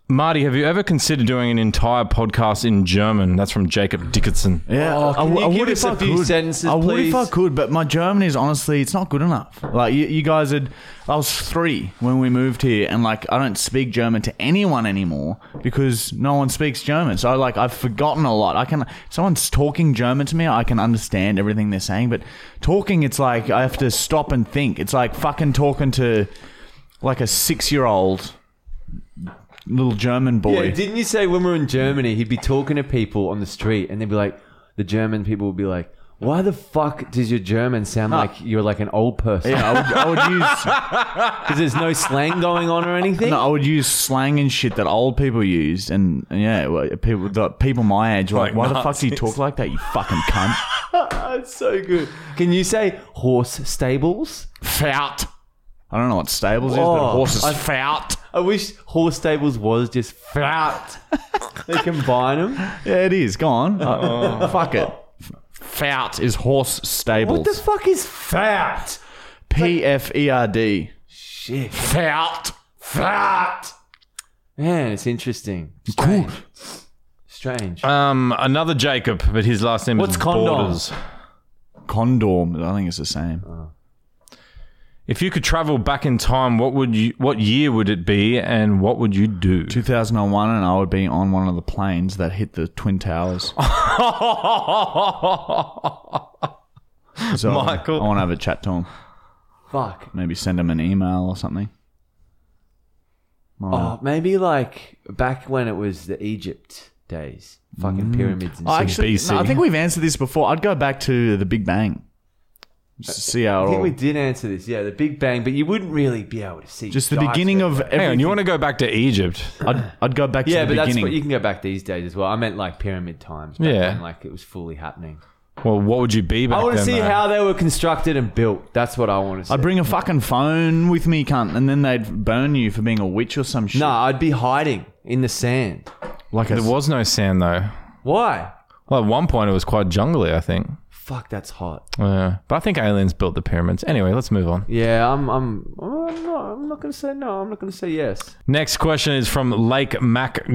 [SPEAKER 3] Marty, have you ever considered doing an entire podcast in German? That's from Jacob Dickinson.
[SPEAKER 1] Yeah,
[SPEAKER 2] Oh,
[SPEAKER 1] I-
[SPEAKER 2] can
[SPEAKER 1] I,
[SPEAKER 2] you
[SPEAKER 1] I
[SPEAKER 2] give
[SPEAKER 1] would
[SPEAKER 2] us
[SPEAKER 1] if I
[SPEAKER 2] a few
[SPEAKER 1] could.
[SPEAKER 2] sentences,
[SPEAKER 1] I would if I
[SPEAKER 2] please?
[SPEAKER 1] could, but my German is honestly, it's not good enough. Like you, you guys had, I was three when we moved here, and like I don't speak German to anyone anymore because no one speaks German. So like I've forgotten a lot. I can, someone's talking German to me, I can understand everything they're saying, but talking, it's like I have to stop and think. It's like fucking talking to like a six-year-old little German boy.
[SPEAKER 2] Yeah, didn't you say when we were in Germany, he'd be talking to people on the street and they'd be like, the German people would be like, why the fuck does your German sound like you're like an old person?
[SPEAKER 1] yeah, I would, I would use.
[SPEAKER 2] Because there's no slang going on or anything?
[SPEAKER 1] No, I would use slang and shit that old people used, and, and yeah, well, people the people my age were like, "Why
[SPEAKER 3] Like
[SPEAKER 1] the fuck do you
[SPEAKER 3] Nazis.
[SPEAKER 1] talk like that? You fucking cunt!"
[SPEAKER 2] That's so good. Can you say horse stables?
[SPEAKER 1] Fout. I don't know what stables is,
[SPEAKER 2] Oh,
[SPEAKER 1] but horses
[SPEAKER 2] I-
[SPEAKER 1] fout.
[SPEAKER 2] I wish horse stables was just fat. they combine them.
[SPEAKER 1] Yeah, it is. Go on. Uh, fuck it. F- Fout is horse
[SPEAKER 2] What the
[SPEAKER 1] stables.
[SPEAKER 2] fuck is fat?
[SPEAKER 1] P F E R D.
[SPEAKER 2] Shit.
[SPEAKER 1] Fout. Fout.
[SPEAKER 2] Man, it's interesting.
[SPEAKER 1] Cool.
[SPEAKER 2] Strange.
[SPEAKER 3] Um, another Jacob, but his last name
[SPEAKER 2] What's
[SPEAKER 3] is
[SPEAKER 2] condom?
[SPEAKER 3] Borders.
[SPEAKER 1] Condom. I think it's the same.
[SPEAKER 3] If you could travel back in time, what would you? What year would it be, and what would you do?
[SPEAKER 1] 2001, and I would be on one of the planes that hit the Twin Towers. So
[SPEAKER 3] Michael.
[SPEAKER 1] I want to have a chat to him.
[SPEAKER 2] Fuck.
[SPEAKER 1] Maybe send him an email or something.
[SPEAKER 2] Oh, maybe like back when it was the Egypt days. Fucking pyramids and shit.
[SPEAKER 1] actually,
[SPEAKER 3] BC.
[SPEAKER 1] no, Mm. Oh, I think we've answered this before. I'd go back to the Big Bang. Just to see how
[SPEAKER 2] I
[SPEAKER 1] it
[SPEAKER 2] think
[SPEAKER 1] all,
[SPEAKER 2] we did answer this. Yeah, the Big Bang, but you wouldn't really be able to see.
[SPEAKER 1] just the
[SPEAKER 2] dice
[SPEAKER 1] beginning
[SPEAKER 2] there.
[SPEAKER 1] of
[SPEAKER 3] Hang on,
[SPEAKER 1] everything.
[SPEAKER 3] you want to go back to Egypt?
[SPEAKER 1] I'd, I'd go back
[SPEAKER 2] Yeah,
[SPEAKER 1] to the
[SPEAKER 2] but that's
[SPEAKER 1] beginning.
[SPEAKER 2] what you can go back these days as well. I meant like pyramid times. Back
[SPEAKER 3] Yeah.
[SPEAKER 2] when, like it was fully happening.
[SPEAKER 3] Well, what would you be back
[SPEAKER 2] I want to
[SPEAKER 3] then,
[SPEAKER 2] see
[SPEAKER 3] though?
[SPEAKER 2] how they were constructed and built. That's what I want to see.
[SPEAKER 1] I'd bring a fucking phone with me, cunt, and then they'd burn you for being a witch or some shit.
[SPEAKER 2] no, I'd be hiding in the sand.
[SPEAKER 1] like a,
[SPEAKER 3] There was no sand though.
[SPEAKER 2] Why?
[SPEAKER 3] Well, at one point it was quite jungly, I think.
[SPEAKER 2] Fuck, that's hot.
[SPEAKER 3] Uh, but I think aliens built the pyramids. Anyway, let's move on.
[SPEAKER 2] Yeah, I'm. I'm. I'm not. I'm not gonna say no. I'm not gonna say yes.
[SPEAKER 3] Next question is from Lake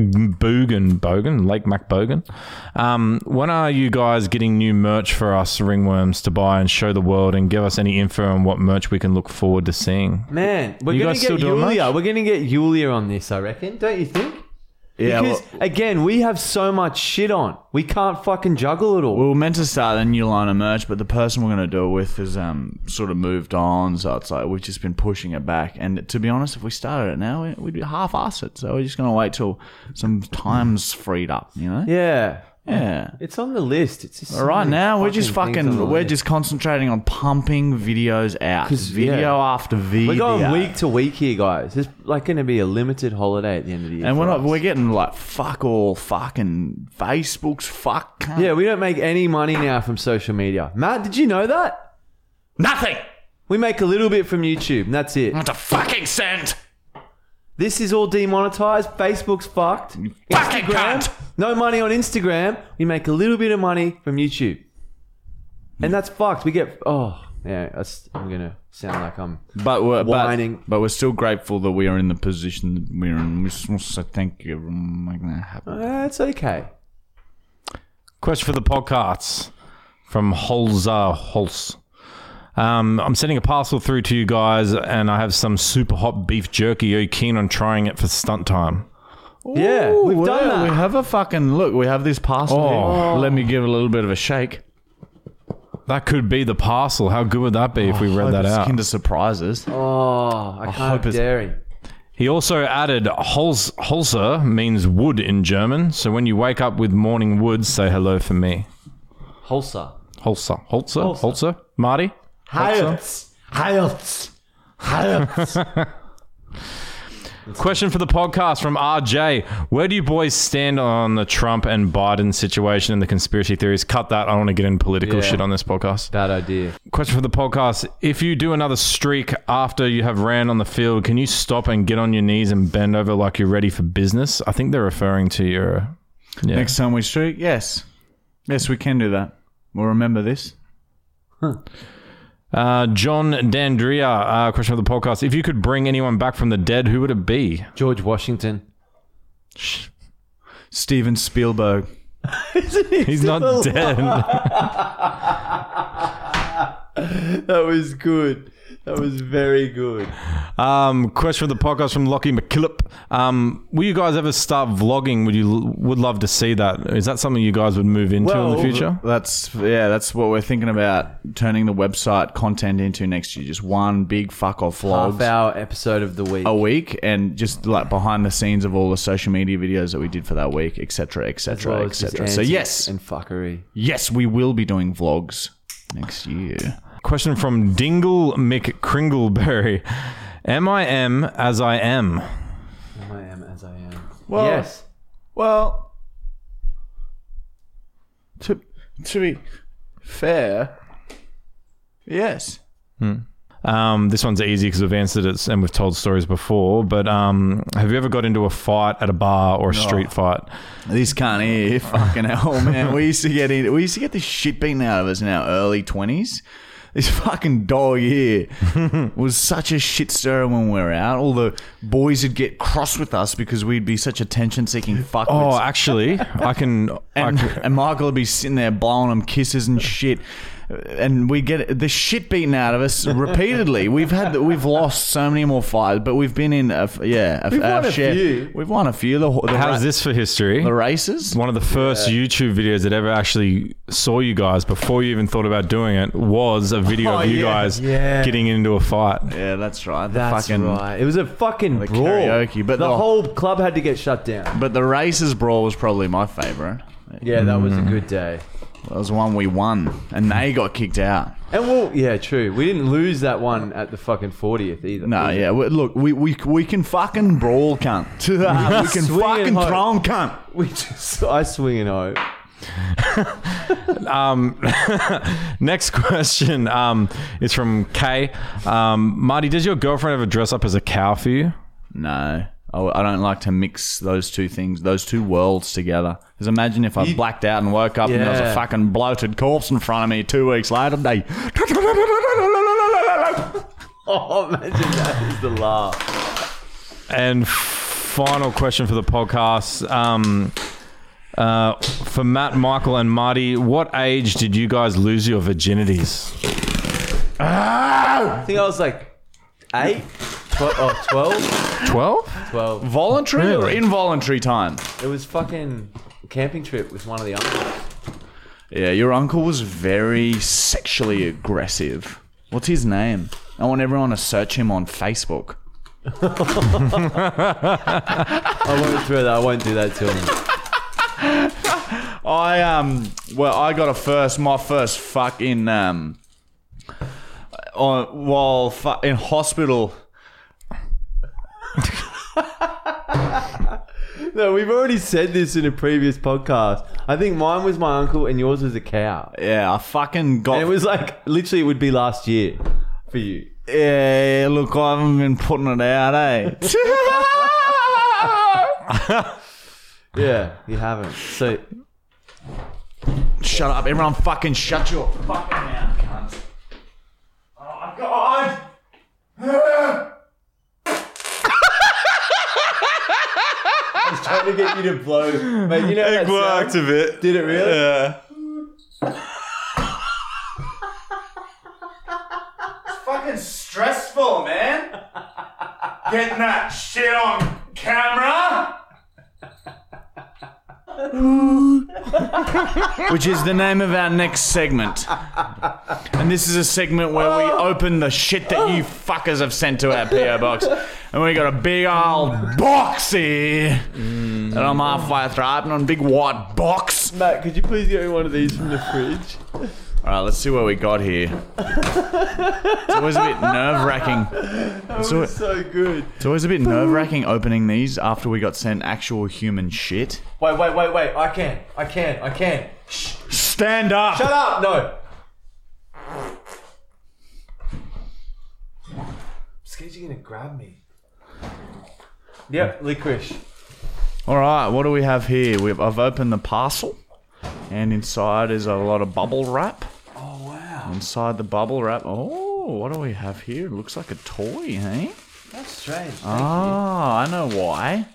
[SPEAKER 3] MacBogan. Bogan? Lake MacBogan. Um, when are you guys getting new merch for us ringworms to buy and show the world and give us any info on what merch we can look forward to seeing?
[SPEAKER 2] Man, we're
[SPEAKER 3] You
[SPEAKER 2] gonna
[SPEAKER 3] guys
[SPEAKER 2] get
[SPEAKER 3] still doing much?
[SPEAKER 2] Yulia. We're gonna get Yulia on this. I reckon. Don't you think?
[SPEAKER 1] yeah,
[SPEAKER 2] Because
[SPEAKER 1] well,
[SPEAKER 2] again, we have so much shit on. We can't fucking juggle it all.
[SPEAKER 1] we were meant to start a new line of merch, but the person we're going to do it with has um, sort of moved on, so it's like we've just been pushing it back. And to be honest, if we started it now, we- we'd be half-ass it, so we're just going to wait till some time's freed up, you know?
[SPEAKER 2] yeah,
[SPEAKER 1] yeah.
[SPEAKER 2] it's on the list. It's just so
[SPEAKER 1] But right
[SPEAKER 2] many
[SPEAKER 1] now, we're just
[SPEAKER 2] things on the
[SPEAKER 1] fucking, we're
[SPEAKER 2] list.
[SPEAKER 1] just concentrating on pumping videos out.
[SPEAKER 2] 'Cause,
[SPEAKER 1] Video
[SPEAKER 2] yeah.
[SPEAKER 1] after video.
[SPEAKER 2] We're going week to week here, guys. There's like going to be a limited holiday at the end of the year.
[SPEAKER 1] And we're
[SPEAKER 2] for
[SPEAKER 1] not,
[SPEAKER 2] us.
[SPEAKER 1] we're getting like fuck all fucking Facebooks, fuck. cunt.
[SPEAKER 2] yeah, we don't make any money now from social media. Matt, did you know that?
[SPEAKER 1] Nothing!
[SPEAKER 2] We make a little bit from YouTube, and that's it.
[SPEAKER 1] Not a fucking cent!
[SPEAKER 2] This is all demonetized. Facebook's fucked.
[SPEAKER 1] fucking
[SPEAKER 2] Instagram,
[SPEAKER 1] cunt.
[SPEAKER 2] no money on Instagram. We make a little bit of money from YouTube, and that's fucked. We get oh yeah. That's, I'm gonna sound like I'm
[SPEAKER 1] But we're,
[SPEAKER 2] Whining.
[SPEAKER 1] but, but we're still grateful that we are in the position that we're in. We just want to say thank you for making that happen.
[SPEAKER 2] That's uh, okay.
[SPEAKER 3] Question for the podcasts from Holzer Holz. Um, I'm sending a parcel through to you guys, and I have some super hot beef jerky. Are you keen on trying it for stunt time?
[SPEAKER 2] Yeah,
[SPEAKER 1] Ooh,
[SPEAKER 2] we've done
[SPEAKER 1] well,
[SPEAKER 2] that.
[SPEAKER 1] We have a fucking look. We have this parcel.
[SPEAKER 3] Oh.
[SPEAKER 1] Here. Let me give it a little bit of a shake.
[SPEAKER 3] That could be the parcel. How good would that be if we read
[SPEAKER 1] Hope
[SPEAKER 3] that
[SPEAKER 1] it's
[SPEAKER 3] out?
[SPEAKER 1] Kinder surprises.
[SPEAKER 2] Oh, I
[SPEAKER 1] hope
[SPEAKER 2] can't
[SPEAKER 1] it's-
[SPEAKER 2] dare him.
[SPEAKER 3] He also added Holz, Holzer means wood in German. So when you wake up with morning wood, say hello for me.
[SPEAKER 2] Holster.
[SPEAKER 3] Holzer. Holzer? Holzer?
[SPEAKER 2] Holzer.
[SPEAKER 3] Marty?
[SPEAKER 2] Hayats. Hayats. Hayats.
[SPEAKER 3] Question for the podcast from RJ. Where do you boys stand on the Trump and Biden situation and the conspiracy theories? Cut that. I don't want to get into political
[SPEAKER 2] Yeah.
[SPEAKER 3] shit on this podcast.
[SPEAKER 2] Bad idea.
[SPEAKER 3] Question for the podcast. If you do another streak after you have ran on the field, can you stop and get on your knees and bend over like you're ready for business? I think they're referring to your. Yeah.
[SPEAKER 1] Next time we streak, yes, yes, we can do that. We'll remember this.
[SPEAKER 3] Uh, John Dandria, uh, question for the podcast. If you could bring anyone back from the dead, who would it be?
[SPEAKER 2] George Washington.
[SPEAKER 1] Steven Spielberg.
[SPEAKER 3] He's not dead.
[SPEAKER 2] That was good. That was very good.
[SPEAKER 3] Um, question for the podcast from Lockie McKillop. Um, will you guys ever start vlogging? Would you would love to see that? Is that something you guys would move into in the
[SPEAKER 2] Well,
[SPEAKER 3] future?
[SPEAKER 1] That's yeah. That's what we're thinking about turning the website content into next year. Just one big fuck off
[SPEAKER 2] Half
[SPEAKER 1] vlog
[SPEAKER 2] hour episode of the week.
[SPEAKER 1] a week, and just like behind the scenes of all the social media videos that we did for that week, etc.,
[SPEAKER 2] As well
[SPEAKER 1] etc.,
[SPEAKER 2] as just
[SPEAKER 1] etc. So
[SPEAKER 2] antics
[SPEAKER 1] yes,
[SPEAKER 2] and fuckery.
[SPEAKER 1] yes, we will be doing vlogs next year.
[SPEAKER 3] Question from Dingle McCringleberry. Am I am as I am?
[SPEAKER 2] Am I am as I am.
[SPEAKER 1] Well-
[SPEAKER 2] yes.
[SPEAKER 1] Well, to to be fair, yes.
[SPEAKER 3] Um, this one's easy because we've answered it and we've told stories before. But um, have you ever got into a fight at a bar or a street fight?
[SPEAKER 1] This can't hear. Fucking hell, man. We used to get in, we used to get the shit beaten out of us in our early twenties. This fucking dog here was such a shit stirrer when we were out. All the boys would get cross with us because we'd be such attention seeking fuck.
[SPEAKER 3] Oh, actually, I can. I
[SPEAKER 1] and,
[SPEAKER 3] can
[SPEAKER 1] and Michael would be sitting there blowing them kisses and shit, and we get the shit beaten out of us repeatedly. We've had the, we've lost so many more fights, but we've been in a f- yeah a,
[SPEAKER 2] We've
[SPEAKER 1] our
[SPEAKER 2] won a
[SPEAKER 1] share-
[SPEAKER 2] few.
[SPEAKER 1] We've won a few. The, the, ra-
[SPEAKER 3] how's this for history?
[SPEAKER 1] the races.
[SPEAKER 3] One of the first YouTube videos that ever actually saw you guys before you even thought about doing it was a video
[SPEAKER 1] Oh,
[SPEAKER 3] of you
[SPEAKER 1] yeah,
[SPEAKER 3] guys
[SPEAKER 2] yeah.
[SPEAKER 3] getting into a fight.
[SPEAKER 1] Yeah, that's right. The
[SPEAKER 2] That's
[SPEAKER 1] fucking,
[SPEAKER 2] right. It was a fucking brawl.
[SPEAKER 1] karaoke, but
[SPEAKER 2] the,
[SPEAKER 1] the-
[SPEAKER 2] whole club had to get shut down.
[SPEAKER 1] But the races brawl was probably my favourite.
[SPEAKER 2] Yeah, that was a good day.
[SPEAKER 1] That was the one we won, and they got kicked out.
[SPEAKER 2] And well, yeah, true. We didn't lose that one at the fucking 40th either.
[SPEAKER 1] No, yeah. We, look, we, we we can fucking brawl, cunt. we can
[SPEAKER 2] Swing it
[SPEAKER 1] fucking
[SPEAKER 2] hard.
[SPEAKER 1] throw 'em, cunt.
[SPEAKER 2] We just, I swing and hope.
[SPEAKER 3] Next question um, is from Kay. Um, Marty, does your girlfriend ever dress up as a cow for you?
[SPEAKER 1] No. I, I don't like to mix those two things, those two worlds together. Because imagine if I blacked out and woke up and there was a
[SPEAKER 2] Yeah.
[SPEAKER 1] fucking bloated corpse in front of me two weeks later. They.
[SPEAKER 2] Oh, imagine that is the laugh.
[SPEAKER 3] And final question for the podcast um, uh, for Matt, Michael, and Marty. What age did you guys lose your virginities?
[SPEAKER 2] I think I was like eight, tw- oh, 12,
[SPEAKER 3] Twelve.
[SPEAKER 2] 12.
[SPEAKER 1] Voluntary or
[SPEAKER 3] Really?
[SPEAKER 1] involuntary time?
[SPEAKER 2] It was fucking camping trip with one of the uncles.
[SPEAKER 1] Yeah, your uncle was very sexually aggressive. What's his name? I want everyone to search him on Facebook.
[SPEAKER 2] I won't throw that. I won't do that to him.
[SPEAKER 1] I um well I got a first my first fuck in um on while fu- in hospital.
[SPEAKER 2] No, we've already said this in a previous podcast. I think mine was my uncle and yours was a cow.
[SPEAKER 1] Yeah, I fucking got
[SPEAKER 2] And it was like literally it would be last year for you.
[SPEAKER 1] Yeah, look, I haven't been putting it out, eh?
[SPEAKER 2] Yeah, you haven't. So
[SPEAKER 1] shut up, everyone fucking shut your fucking mouth, cunt. Oh my god!
[SPEAKER 2] trying to get you to blow, mate. You know it
[SPEAKER 1] Worked a bit.
[SPEAKER 2] Did it really?
[SPEAKER 1] Yeah. it's fucking stressful, man. Getting that shit on camera. which is the name of our next segment. And this is a segment where we open the shit that you fuckers have sent to our PO box, and we got a big old box here. And I'm halfway through opening a big white box.
[SPEAKER 2] Matt, could you please get me one of these from the fridge?
[SPEAKER 1] All right, let's see what we got here. It's always a bit nerve wracking. It's, al-
[SPEAKER 2] It's so good.
[SPEAKER 1] it's always a bit nerve wracking opening these after we got sent actual human shit.
[SPEAKER 2] Wait, wait, wait, wait. I can. I can. I can.
[SPEAKER 1] Stand up.
[SPEAKER 2] Shut up. No. I'm scared you're going to grab me. Yep, licorice.
[SPEAKER 1] All right, what do we have here? We've, I've opened the parcel, and inside is a lot of bubble wrap.
[SPEAKER 2] Oh, wow.
[SPEAKER 1] Inside the bubble wrap, oh, what do we have here? looks like a toy, hey?
[SPEAKER 2] That's strange.
[SPEAKER 1] Ah, I know why.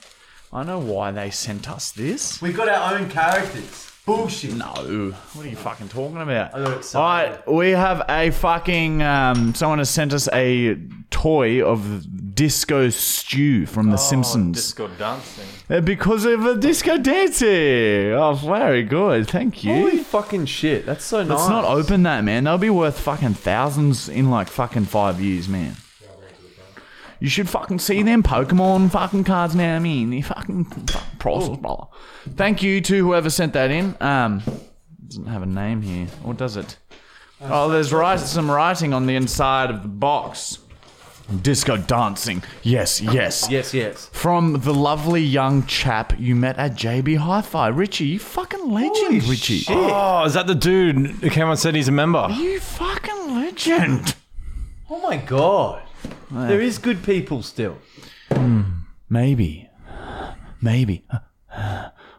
[SPEAKER 1] I know why they sent us this.
[SPEAKER 2] We got our own characters. Bullshit.
[SPEAKER 1] No, what are you fucking talking about?
[SPEAKER 2] I got excited.
[SPEAKER 1] All right, we have a fucking um, someone has sent us a toy of Disco Stew from The Simpsons.
[SPEAKER 3] dancing.
[SPEAKER 1] Uh, because of a disco dancing. Oh, very good. Thank you.
[SPEAKER 2] Holy fucking shit. That's so nice.
[SPEAKER 1] Let's not open that, man. They'll be worth fucking thousands in like fucking five years, man. You should fucking see them Pokemon fucking cards now. I mean, they fucking fucking priceless, brother. Thank you to whoever sent that in. Um, doesn't have a name here, or does it?
[SPEAKER 2] Uh,
[SPEAKER 1] Oh, there's write, some writing on the inside of the box. Disco dancing. Yes, yes.
[SPEAKER 2] Yes, yes.
[SPEAKER 1] From the lovely young chap you met at JB Hi-Fi, Richie. You fucking legend,
[SPEAKER 2] Holy
[SPEAKER 1] Richie.
[SPEAKER 2] shit.
[SPEAKER 3] Oh, is that the dude who came and said he's a member?
[SPEAKER 1] You fucking legend.
[SPEAKER 2] Oh my god. There is good people still.
[SPEAKER 1] Maybe. Maybe.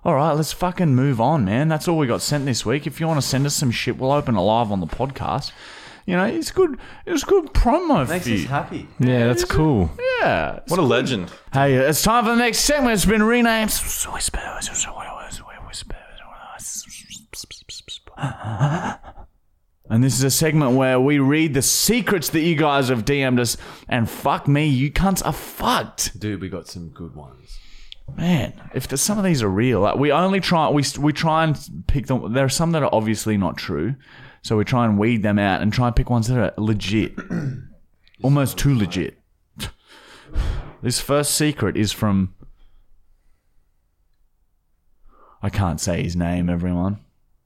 [SPEAKER 1] All right, let's fucking move on, man. That's all we got sent this week. If you want to send us some shit, we'll open it live on the podcast. You know, it's good. It was good promo
[SPEAKER 2] Makes
[SPEAKER 1] for
[SPEAKER 2] us
[SPEAKER 1] you.
[SPEAKER 2] happy.
[SPEAKER 3] Yeah, that's cool.
[SPEAKER 1] Yeah.
[SPEAKER 3] What a legend.
[SPEAKER 1] Hey, it's time for the next segment. It's been renamed. Whisper, whisper, whisper, whisper, whisper. And this is a segment where we read the secrets that you guys have DM'd us, and fuck me, you cunts are fucked,
[SPEAKER 2] Dude, we got some good ones.
[SPEAKER 1] man. If the, some of these are real, like we only try we we try and pick them. There are some that are obviously not true, so we try and weed them out and try and pick ones that are legit, almost too legit. This first secret is from. I can't say his name, everyone.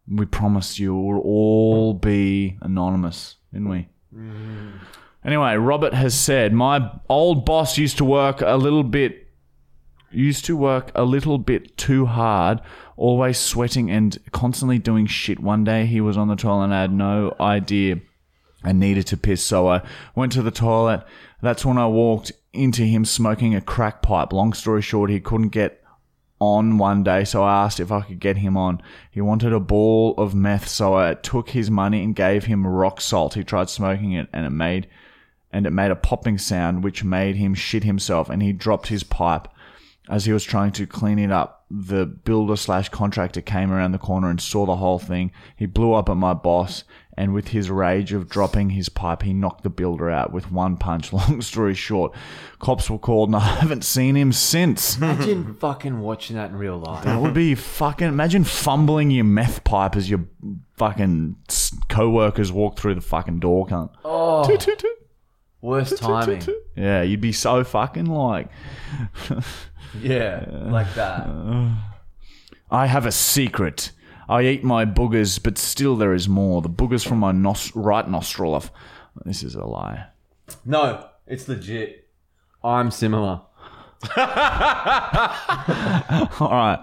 [SPEAKER 1] We promised you will all be anonymous, didn't we? Anyway, Robert has said my old boss used to work a little bit, used to work a little bit too hard, always sweating and constantly doing shit. One day he was on the toilet and I had no idea. I needed to piss, so I went to the toilet. That's when I walked into him smoking a crack pipe. Long story short, he couldn't get on one day, so I asked if I could get him on. He wanted a ball of meth, so I took his money and gave him rock salt. He tried smoking it, and it made and it made a popping sound, which made him shit himself, and he dropped his pipe. As he was trying to clean it up, the builder slash contractor came around the corner and saw the whole thing. He blew up at my boss, and with his rage of dropping his pipe, he knocked the builder out with one punch. Long story short, cops were called, and I haven't seen him since.
[SPEAKER 2] Imagine fucking watching that in real life.
[SPEAKER 1] That would be fucking. Imagine fumbling your meth pipe as your fucking s- co-workers walk through the fucking door, cunt.
[SPEAKER 2] Oh,
[SPEAKER 1] Toot, toot, toot.
[SPEAKER 2] worst timing.
[SPEAKER 1] Yeah, you'd be so fucking like,
[SPEAKER 2] Yeah, like that.
[SPEAKER 1] I have a secret. I eat my boogers, but still there is more. The boogers from my nos- right nostril. Of this is a lie.
[SPEAKER 2] No, it's legit. I'm similar.
[SPEAKER 1] All right.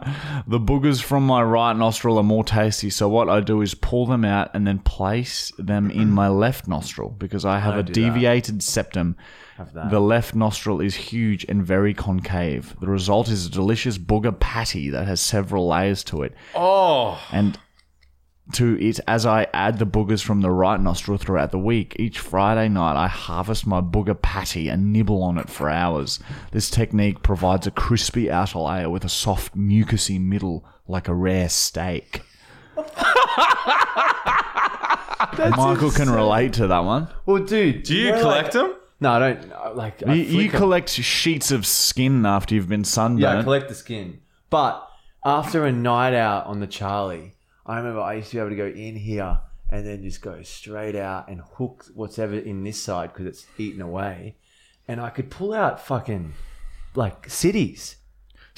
[SPEAKER 1] The boogers from my right nostril are more tasty, so what I do is pull them out and then place them in my left nostril because I have a
[SPEAKER 2] do that.
[SPEAKER 1] deviated septum.
[SPEAKER 2] that.
[SPEAKER 1] The left nostril is huge and very concave. The result is a delicious booger patty that has several layers to it.
[SPEAKER 3] Oh,
[SPEAKER 1] And to it, as I add the boogers from the right nostril throughout the week, each Friday night I harvest my booger patty and nibble on it for hours. This technique provides a crispy outer layer with a soft, mucousy middle, like a rare steak. Michael can relate to that one.
[SPEAKER 2] Well, dude.
[SPEAKER 3] do you collect them?
[SPEAKER 2] No, I don't. I- Like, I
[SPEAKER 1] You, you
[SPEAKER 2] flick 'em.
[SPEAKER 1] collect sheets of skin after you've been sunburned.
[SPEAKER 2] Yeah, I collect the skin. But after a night out on the Charlie, I remember I used to be able to go in here and then just go straight out and hook whatever in this side because it's eaten away, and I could pull out fucking like cities.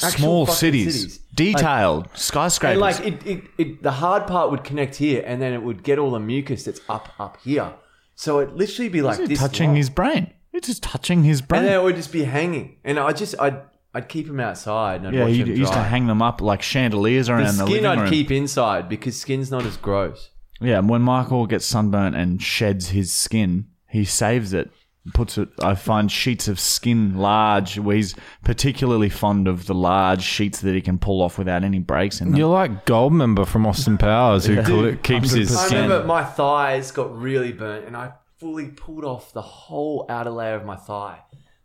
[SPEAKER 2] Actual
[SPEAKER 1] Small
[SPEAKER 2] fucking
[SPEAKER 1] cities, detailed
[SPEAKER 2] and
[SPEAKER 1] skyscrapers.
[SPEAKER 2] like it, it, it, the hard part would connect here, and then it would get all the mucus that's up up here. So it literally be like
[SPEAKER 1] It's
[SPEAKER 2] this
[SPEAKER 1] touching
[SPEAKER 2] long.
[SPEAKER 1] his brain. It's just touching his brain.
[SPEAKER 2] and then it would just be hanging. And I just I'd I'd keep him outside and I'd
[SPEAKER 1] yeah,
[SPEAKER 2] watch
[SPEAKER 1] he
[SPEAKER 2] him
[SPEAKER 1] d- used to
[SPEAKER 2] dry.
[SPEAKER 1] hang them up like chandeliers around the,
[SPEAKER 2] The skin
[SPEAKER 1] living
[SPEAKER 2] I'd
[SPEAKER 1] room.
[SPEAKER 2] keep inside because skin's not as gross.
[SPEAKER 1] Yeah, when Michael gets sunburnt and sheds his skin, he saves it. Puts it. I find sheets of skin large. Where he's particularly fond of the large sheets that he can pull off without any breaks in them.
[SPEAKER 3] You're like Goldmember from Austin Powers who cl- keeps his
[SPEAKER 1] 100%.
[SPEAKER 2] I
[SPEAKER 3] skin.
[SPEAKER 2] remember my thighs got really burnt and I fully pulled off the whole outer layer of my thigh.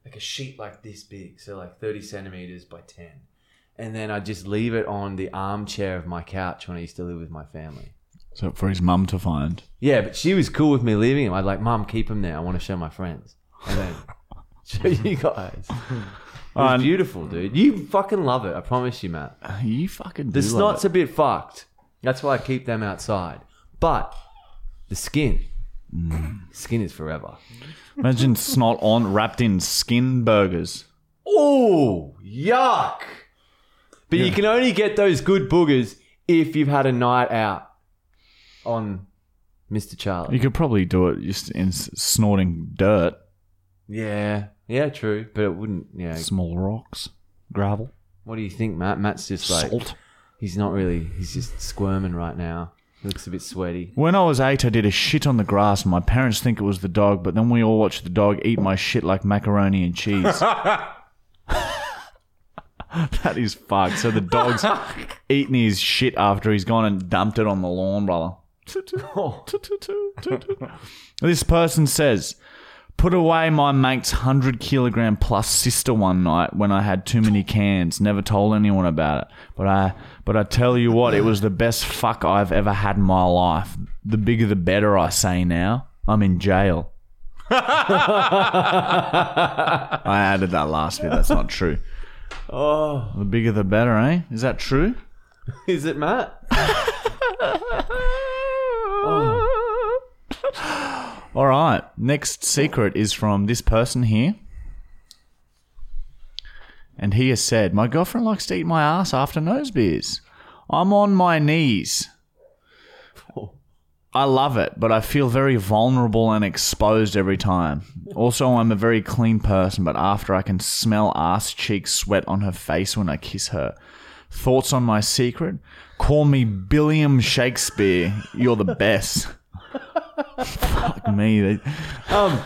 [SPEAKER 2] Like a sheet like this big, so like thirty centimeters by ten. And then I just leave it on the armchair of my couch when I used to live with my family.
[SPEAKER 1] So for his mum to find.
[SPEAKER 2] Yeah, but she was cool with me leaving him. I'd like, Mom, keep him there. I want to show my friends. And then show you guys. It was
[SPEAKER 1] Um,
[SPEAKER 2] beautiful, dude. You fucking love it. I promise you, Matt.
[SPEAKER 1] You fucking.
[SPEAKER 2] The
[SPEAKER 1] do love
[SPEAKER 2] snot's
[SPEAKER 1] it.
[SPEAKER 2] a bit fucked. That's why I keep them outside. But the skin,
[SPEAKER 1] Mm.
[SPEAKER 2] skin is forever.
[SPEAKER 1] Imagine snot on wrapped in skin burgers.
[SPEAKER 2] Oh, yuck. But you can only get those good boogers if you've had a night out on Mr. Charlie.
[SPEAKER 1] You could probably do it just in s- snorting dirt,
[SPEAKER 2] Yeah. Yeah, true. But it wouldn't, yeah.
[SPEAKER 1] small rocks, gravel,
[SPEAKER 2] What do you think, Matt? Matt's just like
[SPEAKER 1] salt.
[SPEAKER 2] he's not really. He's just squirming right now. He looks a bit sweaty.
[SPEAKER 1] When I was eight, I did a shit on the grass, and my parents think it was the dog, but then we all watched the dog eat my shit like macaroni and cheese. that is fucked. So the dog's eating his shit after he's gone and dumped it on the lawn, brother. This person says, Put away my mate's 100 kilogram plus sister one night when I had too many cans. Never told anyone about it. But I, but I tell you what, it was the best fuck I've ever had in my life. The bigger the better, I say now. I'm in jail. I added that last bit. That's not true.
[SPEAKER 2] Oh,
[SPEAKER 1] The bigger the better, eh? Is that true?
[SPEAKER 2] is it Matt?
[SPEAKER 1] All right. Next secret is from this person here. And he has said, My girlfriend likes to eat my ass after nose beers. I'm on my knees. I love it, but I feel very vulnerable and exposed every time. Also, I'm a very clean person, but after I can smell ass cheek sweat on her face when I kiss her. Thoughts on my secret? Call me Billiam Shakespeare. You're the best. Fuck me. Um,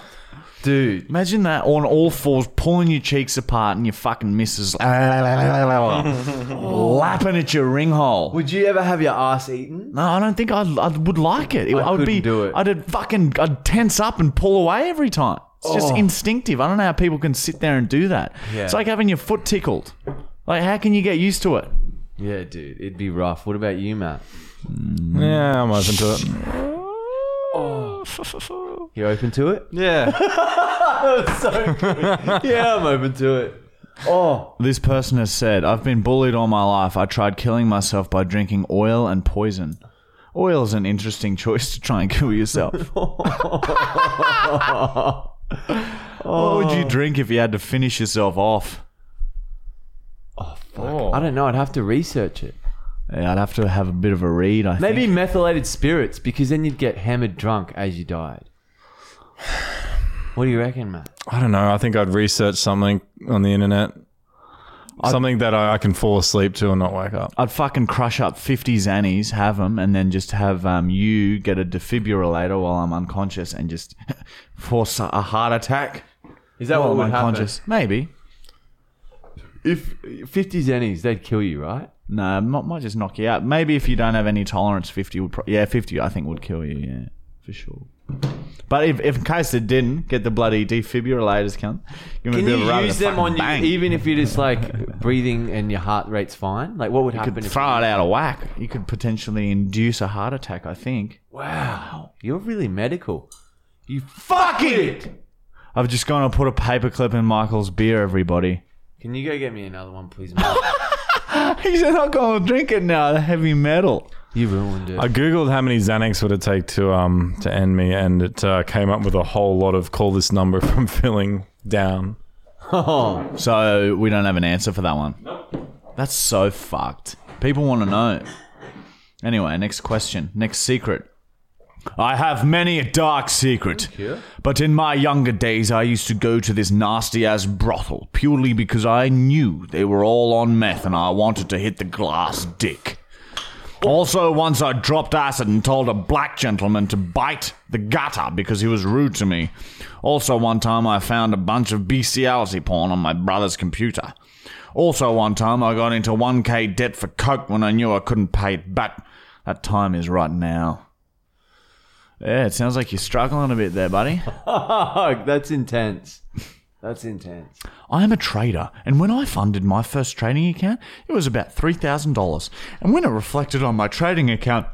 [SPEAKER 2] Dude,
[SPEAKER 1] Imagine that on all fours, pulling your cheeks apart, and your fucking missus lapping at your ring hole.
[SPEAKER 2] would you ever have your ass eaten?
[SPEAKER 1] No, I don't think I I would like it. I, would
[SPEAKER 2] couldn't
[SPEAKER 1] be.
[SPEAKER 2] do it.
[SPEAKER 1] I'd fucking. I'd tense up and pull away every time. It's just
[SPEAKER 2] Oh.
[SPEAKER 1] instinctive. I don't know how people can sit there and do that.
[SPEAKER 2] Yeah.
[SPEAKER 1] It's like having your foot tickled. Like, how can you get used to it?
[SPEAKER 2] Yeah, dude, it'd be rough. What about you, Matt?
[SPEAKER 3] Yeah, I'm open to it.
[SPEAKER 2] You open to it?
[SPEAKER 3] Yeah.
[SPEAKER 2] so good. Yeah, I'm open to it. Oh,
[SPEAKER 1] This person has said, "I've been bullied all my life. I tried killing myself by drinking oil and poison. Oil is an interesting choice to try and kill yourself. What would you drink if you had to finish yourself off?
[SPEAKER 2] I don't know. I'd have to research it.
[SPEAKER 1] Yeah, I'd have to have a bit of a read. I think.
[SPEAKER 2] Maybe methylated spirits, because then you'd get hammered drunk as you died. What do you reckon, Matt?
[SPEAKER 3] I don't know. I think I'd research something on the internet. something that I, I can fall asleep to and not wake up.
[SPEAKER 1] I'd fucking crush up 50 Zannies, have them, and then just have um, you get a defibrillator while I'm unconscious and just force a heart attack
[SPEAKER 2] Is that
[SPEAKER 1] while
[SPEAKER 2] what
[SPEAKER 1] I'm
[SPEAKER 2] would happen?
[SPEAKER 1] unconscious. Maybe.
[SPEAKER 2] If 50 zennies, they'd kill you, right?
[SPEAKER 1] No, might, might just knock you out. Maybe if you don't have any tolerance, 50 would pro- Yeah, 50 I think would kill you, yeah, for sure. But if, if in case it didn't, get the bloody defibrillators, cunt. Give me a
[SPEAKER 2] Can
[SPEAKER 1] bit of a
[SPEAKER 2] you
[SPEAKER 1] rub and a
[SPEAKER 2] use them
[SPEAKER 1] fucking
[SPEAKER 2] on you
[SPEAKER 1] bang.
[SPEAKER 2] even if you're just like breathing and your heart rate's fine? Like, what would
[SPEAKER 1] You
[SPEAKER 2] happen
[SPEAKER 1] could
[SPEAKER 2] if?
[SPEAKER 1] throw it out of whack. You could potentially induce a heart attack, I think.
[SPEAKER 2] wow, you're really medical. You fucking.
[SPEAKER 1] I've just gone and put a paperclip in Michael's beer, everybody.
[SPEAKER 2] Can you go get me another one, please? Mate?
[SPEAKER 1] he said, I'm going to drink it now, the heavy metal.
[SPEAKER 2] You ruined it.
[SPEAKER 3] I googled how many Xanax would it take to um to end me, and it uh, came up with a whole lot of call this number from filling down.
[SPEAKER 2] oh,
[SPEAKER 1] So we don't have an answer for that one. That's so fucked. People want to know. Anyway, next question. Next secret. I have many a dark secret. But in my younger days, I used to go to this nasty ass brothel purely because I knew they were all on meth and I wanted to hit the glass dick. Also, once I dropped acid and told a black gentleman to bite the gutter because he was rude to me. Also, one time I found a bunch of bestiality porn on my brother's computer. Also, one time I got into 1k debt for coke when I knew I couldn't pay it back. That time is right now. Yeah, it sounds like you're struggling a bit there, buddy.
[SPEAKER 2] that's intense. That's intense.
[SPEAKER 1] I am a trader, and when I funded my first trading account, it was about $3,000. And when it reflected on my trading account,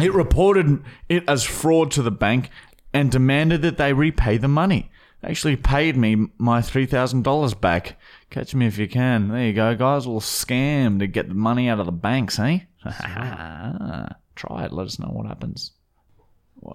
[SPEAKER 1] it reported it as fraud to the bank and demanded that they repay the money. They actually paid me my $3,000 back. Catch me if you can. There you go, guys. A little scam to get the money out of the banks, eh? Try it. Let us know what happens.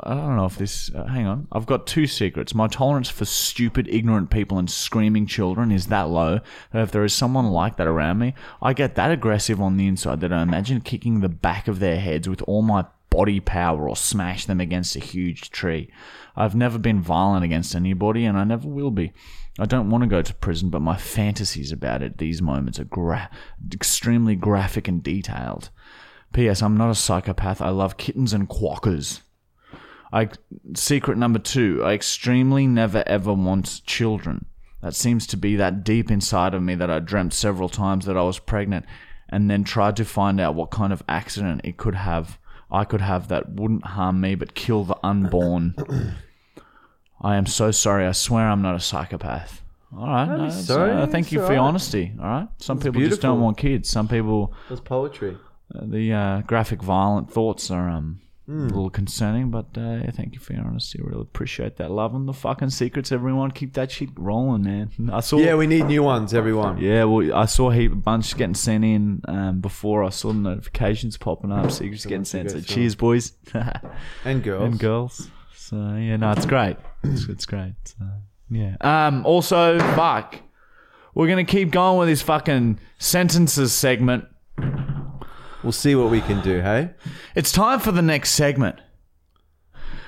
[SPEAKER 1] I don't know if this. Uh, hang on. I've got two secrets. My tolerance for stupid, ignorant people and screaming children is that low that if there is someone like that around me, I get that aggressive on the inside that I imagine kicking the back of their heads with all my body power or smash them against a huge tree. I've never been violent against anybody and I never will be. I don't want to go to prison, but my fantasies about it these moments are gra- extremely graphic and detailed. P.S. I'm not a psychopath. I love kittens and quackers. I secret number two. I extremely never ever want children. That seems to be that deep inside of me that I dreamt several times that I was pregnant, and then tried to find out what kind of accident it could have. I could have that wouldn't harm me but kill the unborn. I am so sorry. I swear I'm not a psychopath. All right, no, it's-
[SPEAKER 2] sorry,
[SPEAKER 1] uh, thank
[SPEAKER 2] it's
[SPEAKER 1] you for
[SPEAKER 2] all
[SPEAKER 1] your
[SPEAKER 2] right.
[SPEAKER 1] honesty. All right, some people just don't
[SPEAKER 2] beautiful.
[SPEAKER 1] want kids. Some people
[SPEAKER 2] That's poetry.
[SPEAKER 1] the uh, graphic violent thoughts are um, a little concerning, but uh, yeah, thank you for your honesty. Really appreciate that love and the fucking secrets, everyone. Keep that shit rolling, man. I saw,
[SPEAKER 2] Yeah,
[SPEAKER 1] yeah,
[SPEAKER 2] we need new ones, everyone.
[SPEAKER 1] well, I saw a heap a bunch getting sent in um, before I saw the notifications popping up. Secrets getting
[SPEAKER 2] ones you
[SPEAKER 1] sent.
[SPEAKER 2] go
[SPEAKER 1] So
[SPEAKER 2] through.
[SPEAKER 1] cheers, boys
[SPEAKER 2] And girls.
[SPEAKER 1] and girls. So yeah, no, it's great. It's, it's great. So, yeah. Um. Also, fuck. We're gonna keep going with this fucking sentences segment.
[SPEAKER 2] We'll see what we can do, hey?
[SPEAKER 1] It's time for the next segment.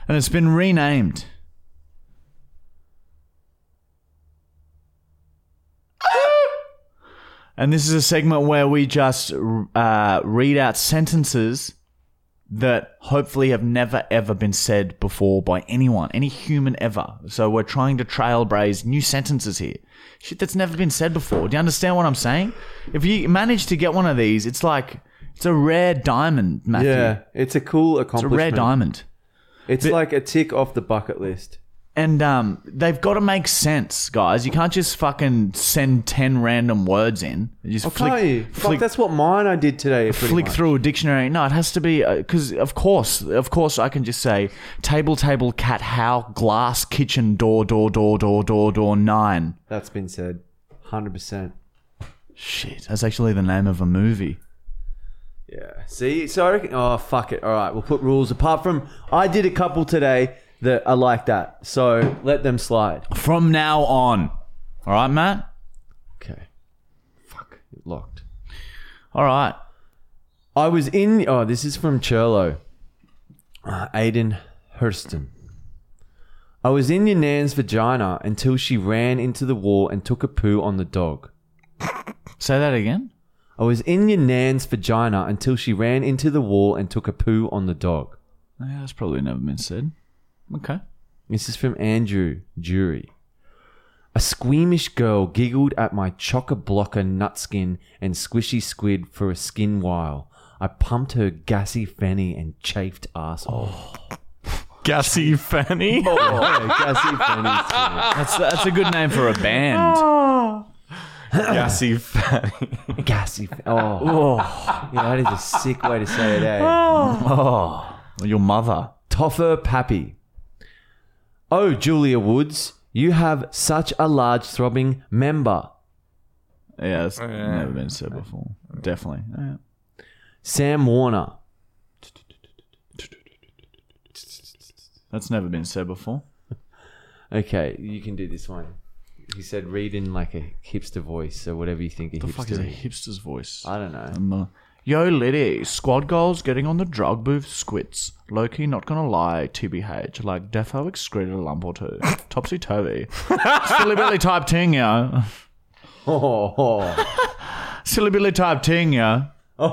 [SPEAKER 1] And it's been renamed. And this is a segment where we just uh, read out sentences that hopefully have never ever been said before by anyone, any human ever. So we're trying to trailblaze new sentences here. Shit that's never been said before. Do you understand what I'm saying? If you manage to get one of these, it's like it's a rare diamond, Matthew.
[SPEAKER 2] Yeah, it's a
[SPEAKER 1] It's
[SPEAKER 2] cool
[SPEAKER 1] a
[SPEAKER 2] accomplishment.
[SPEAKER 1] rare diamond.
[SPEAKER 2] It's like a tick off the bucket list.
[SPEAKER 1] And um, they've got to make sense, guys. You can't just fucking send 10 random words in. You just
[SPEAKER 2] I'll
[SPEAKER 1] flick,
[SPEAKER 2] tell you. Fuck,
[SPEAKER 1] flick,
[SPEAKER 2] that's what mine I did today. pretty
[SPEAKER 1] flick
[SPEAKER 2] much.
[SPEAKER 1] through a dictionary. No, it has to be, because of course, of course, I can just say table, table, cat, how, glass, kitchen, door, door, door, door, door, door, nine.
[SPEAKER 2] That's been said. 100%.
[SPEAKER 1] Shit, that's actually the name of a movie.
[SPEAKER 2] Yeah. See, so I reckon. Oh, fuck it. All right, we'll put rules apart from. I did a couple today that are like that. So let them slide.
[SPEAKER 1] From now on. All right, Matt?
[SPEAKER 2] Okay. Fuck. It locked.
[SPEAKER 1] All right.
[SPEAKER 2] I was in. Oh, this is from Churlo. Uh, Aiden Hurston. I was in your nan's vagina until she ran into the wall and took a poo on the dog.
[SPEAKER 1] Say that again.
[SPEAKER 2] I was in your nan's vagina until she ran into the wall and took a poo on the dog.
[SPEAKER 1] Yeah, that's probably never been said. Okay.
[SPEAKER 2] This is from Andrew Jury. A squeamish girl giggled at my chock-a-blocker nutskin and squishy squid for a skin while. I pumped her gassy fanny and chafed asshole.
[SPEAKER 3] Gassy Fanny.
[SPEAKER 2] Oh, gassy fanny.
[SPEAKER 1] That's, that's a good name for a band.
[SPEAKER 3] Gassy Fanny.
[SPEAKER 2] squid. Gassy. Fa- oh,
[SPEAKER 1] Oh.
[SPEAKER 2] yeah, that is a sick way to say it. Eh?
[SPEAKER 1] Oh, your mother.
[SPEAKER 2] Toffer Pappy. Oh, Julia Woods, you have such a large throbbing member.
[SPEAKER 1] Yeah, it's
[SPEAKER 3] Yeah.
[SPEAKER 1] never been said before. Definitely. Yeah.
[SPEAKER 2] Sam Warner.
[SPEAKER 1] That's never been said before.
[SPEAKER 2] Okay, you can do this one. He said, "Read in like a hipster voice or whatever you think a
[SPEAKER 1] The
[SPEAKER 2] hipster."
[SPEAKER 1] fuck is a
[SPEAKER 2] is."
[SPEAKER 1] hipster's voice?
[SPEAKER 2] I don't know.
[SPEAKER 1] Um, uh, Yo, Liddy, squad goals getting on the drug booth squits. Loki, not gonna lie, TBH, like Defo excreted a lump or two. Topsy turvy. Silly Billy type ting, yo.
[SPEAKER 2] Oh, oh.
[SPEAKER 1] Silly Billy type ting, yo.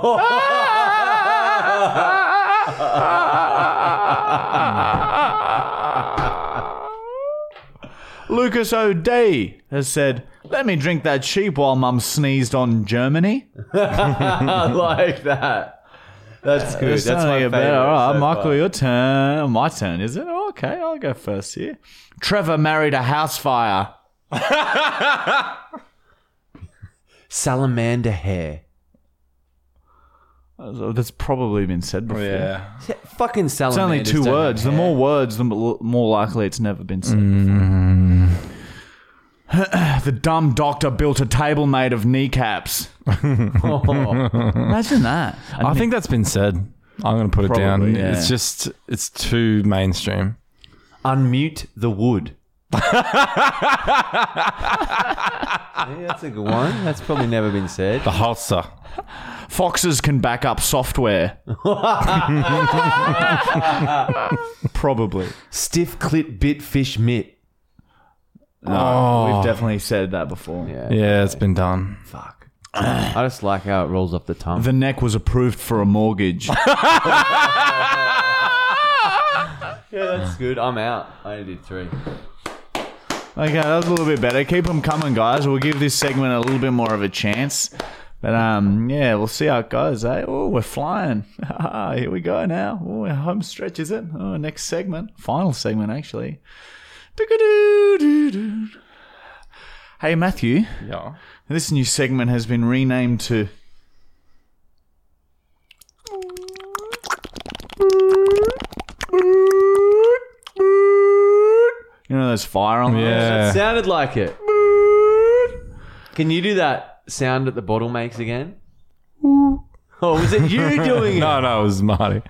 [SPEAKER 1] Lucas O'D has said, Let me drink that sheep while mum sneezed on Germany.
[SPEAKER 2] I like that. That's good. That's
[SPEAKER 1] Sounding
[SPEAKER 2] my
[SPEAKER 1] a
[SPEAKER 2] favorite.
[SPEAKER 1] bit- All right,
[SPEAKER 2] so
[SPEAKER 1] Michael,
[SPEAKER 2] far.
[SPEAKER 1] your turn. My turn, is it? Oh, okay, I'll go first here. Trevor married a house fire.
[SPEAKER 2] Salamander hair.
[SPEAKER 1] Uh, That's probably been
[SPEAKER 2] Oh,
[SPEAKER 1] said before.
[SPEAKER 3] Yeah.
[SPEAKER 2] Sa- Fucking
[SPEAKER 1] It's
[SPEAKER 2] salamander.
[SPEAKER 1] only two words. The more words, the m- more likely it's never been said
[SPEAKER 3] Mm-hmm.
[SPEAKER 1] before. the dumb doctor built a table made of kneecaps. Imagine that.
[SPEAKER 3] I think that's been said. I'm going to put it down.
[SPEAKER 1] Probably, yeah.
[SPEAKER 3] It's just, it's too mainstream.
[SPEAKER 2] Unmute the wood. yeah, that's a good one. That's probably never been said.
[SPEAKER 3] The holster.
[SPEAKER 1] Foxes can back up software. Probably.
[SPEAKER 2] Stiff clit bit fish mitt.
[SPEAKER 3] Oh.
[SPEAKER 1] No, We've definitely said that before.
[SPEAKER 2] Yeah.
[SPEAKER 3] Ah. Yeah, it's been done.
[SPEAKER 2] Fuck. I just like how it rolls off the tongue.
[SPEAKER 1] The neck was approved for a mortgage.
[SPEAKER 2] yeah, that's good. I'm out. I only did three.
[SPEAKER 1] Okay, uh, that was a little bit better. Keep them coming, guys. We'll give this segment a little bit more of a chance. But um, yeah, we'll see how it goes, eh? Oh, we're flying. Ah, Here we go now. Oh, our home stretch, is it? Oh, next segment. Final segment, actually. Doo-ga-doo-doo-doo. Hey, Matthew.
[SPEAKER 3] Yeah.
[SPEAKER 1] This new segment has been renamed to... You know those fire alarms?
[SPEAKER 2] That
[SPEAKER 3] Yeah.
[SPEAKER 2] sounded like it. Can you do that sound that the bottle makes again? Oh, was it you doing it?
[SPEAKER 3] No, no, it was Marty.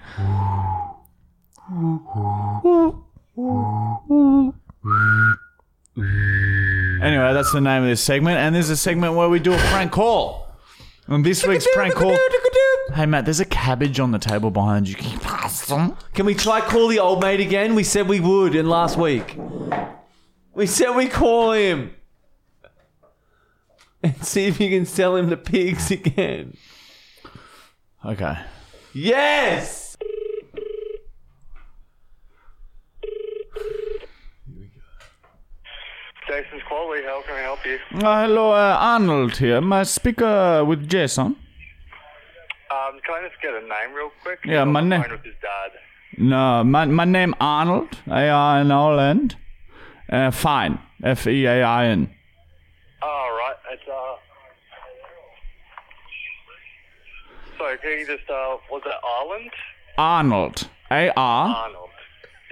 [SPEAKER 1] Anyway, that's the name of this segment, and there's a segment where we do a prank call. And this week's prank call. Hey Matt, there's a cabbage on the table behind you. Can you pass them?
[SPEAKER 2] Can we try call the old mate again? We said we would in last week. We said we call him. And see if you can sell him the pigs again.
[SPEAKER 1] Okay.
[SPEAKER 2] Yes!
[SPEAKER 4] Jason's Quality, how can I help you?
[SPEAKER 1] Uh, hello, uh, Arnold here. My speaker uh, with Jason.
[SPEAKER 4] Um, can I just get a name real quick?
[SPEAKER 1] Yeah,
[SPEAKER 4] He's on
[SPEAKER 1] my
[SPEAKER 4] the
[SPEAKER 1] name-
[SPEAKER 4] phone With his dad.
[SPEAKER 1] No, my my name Arnold. A R N O L N. Uh, fine. F E A I N.
[SPEAKER 4] All right, it's uh. Sorry, can you just uh, was it Ireland?
[SPEAKER 1] Arnold. A R.
[SPEAKER 4] Arnold.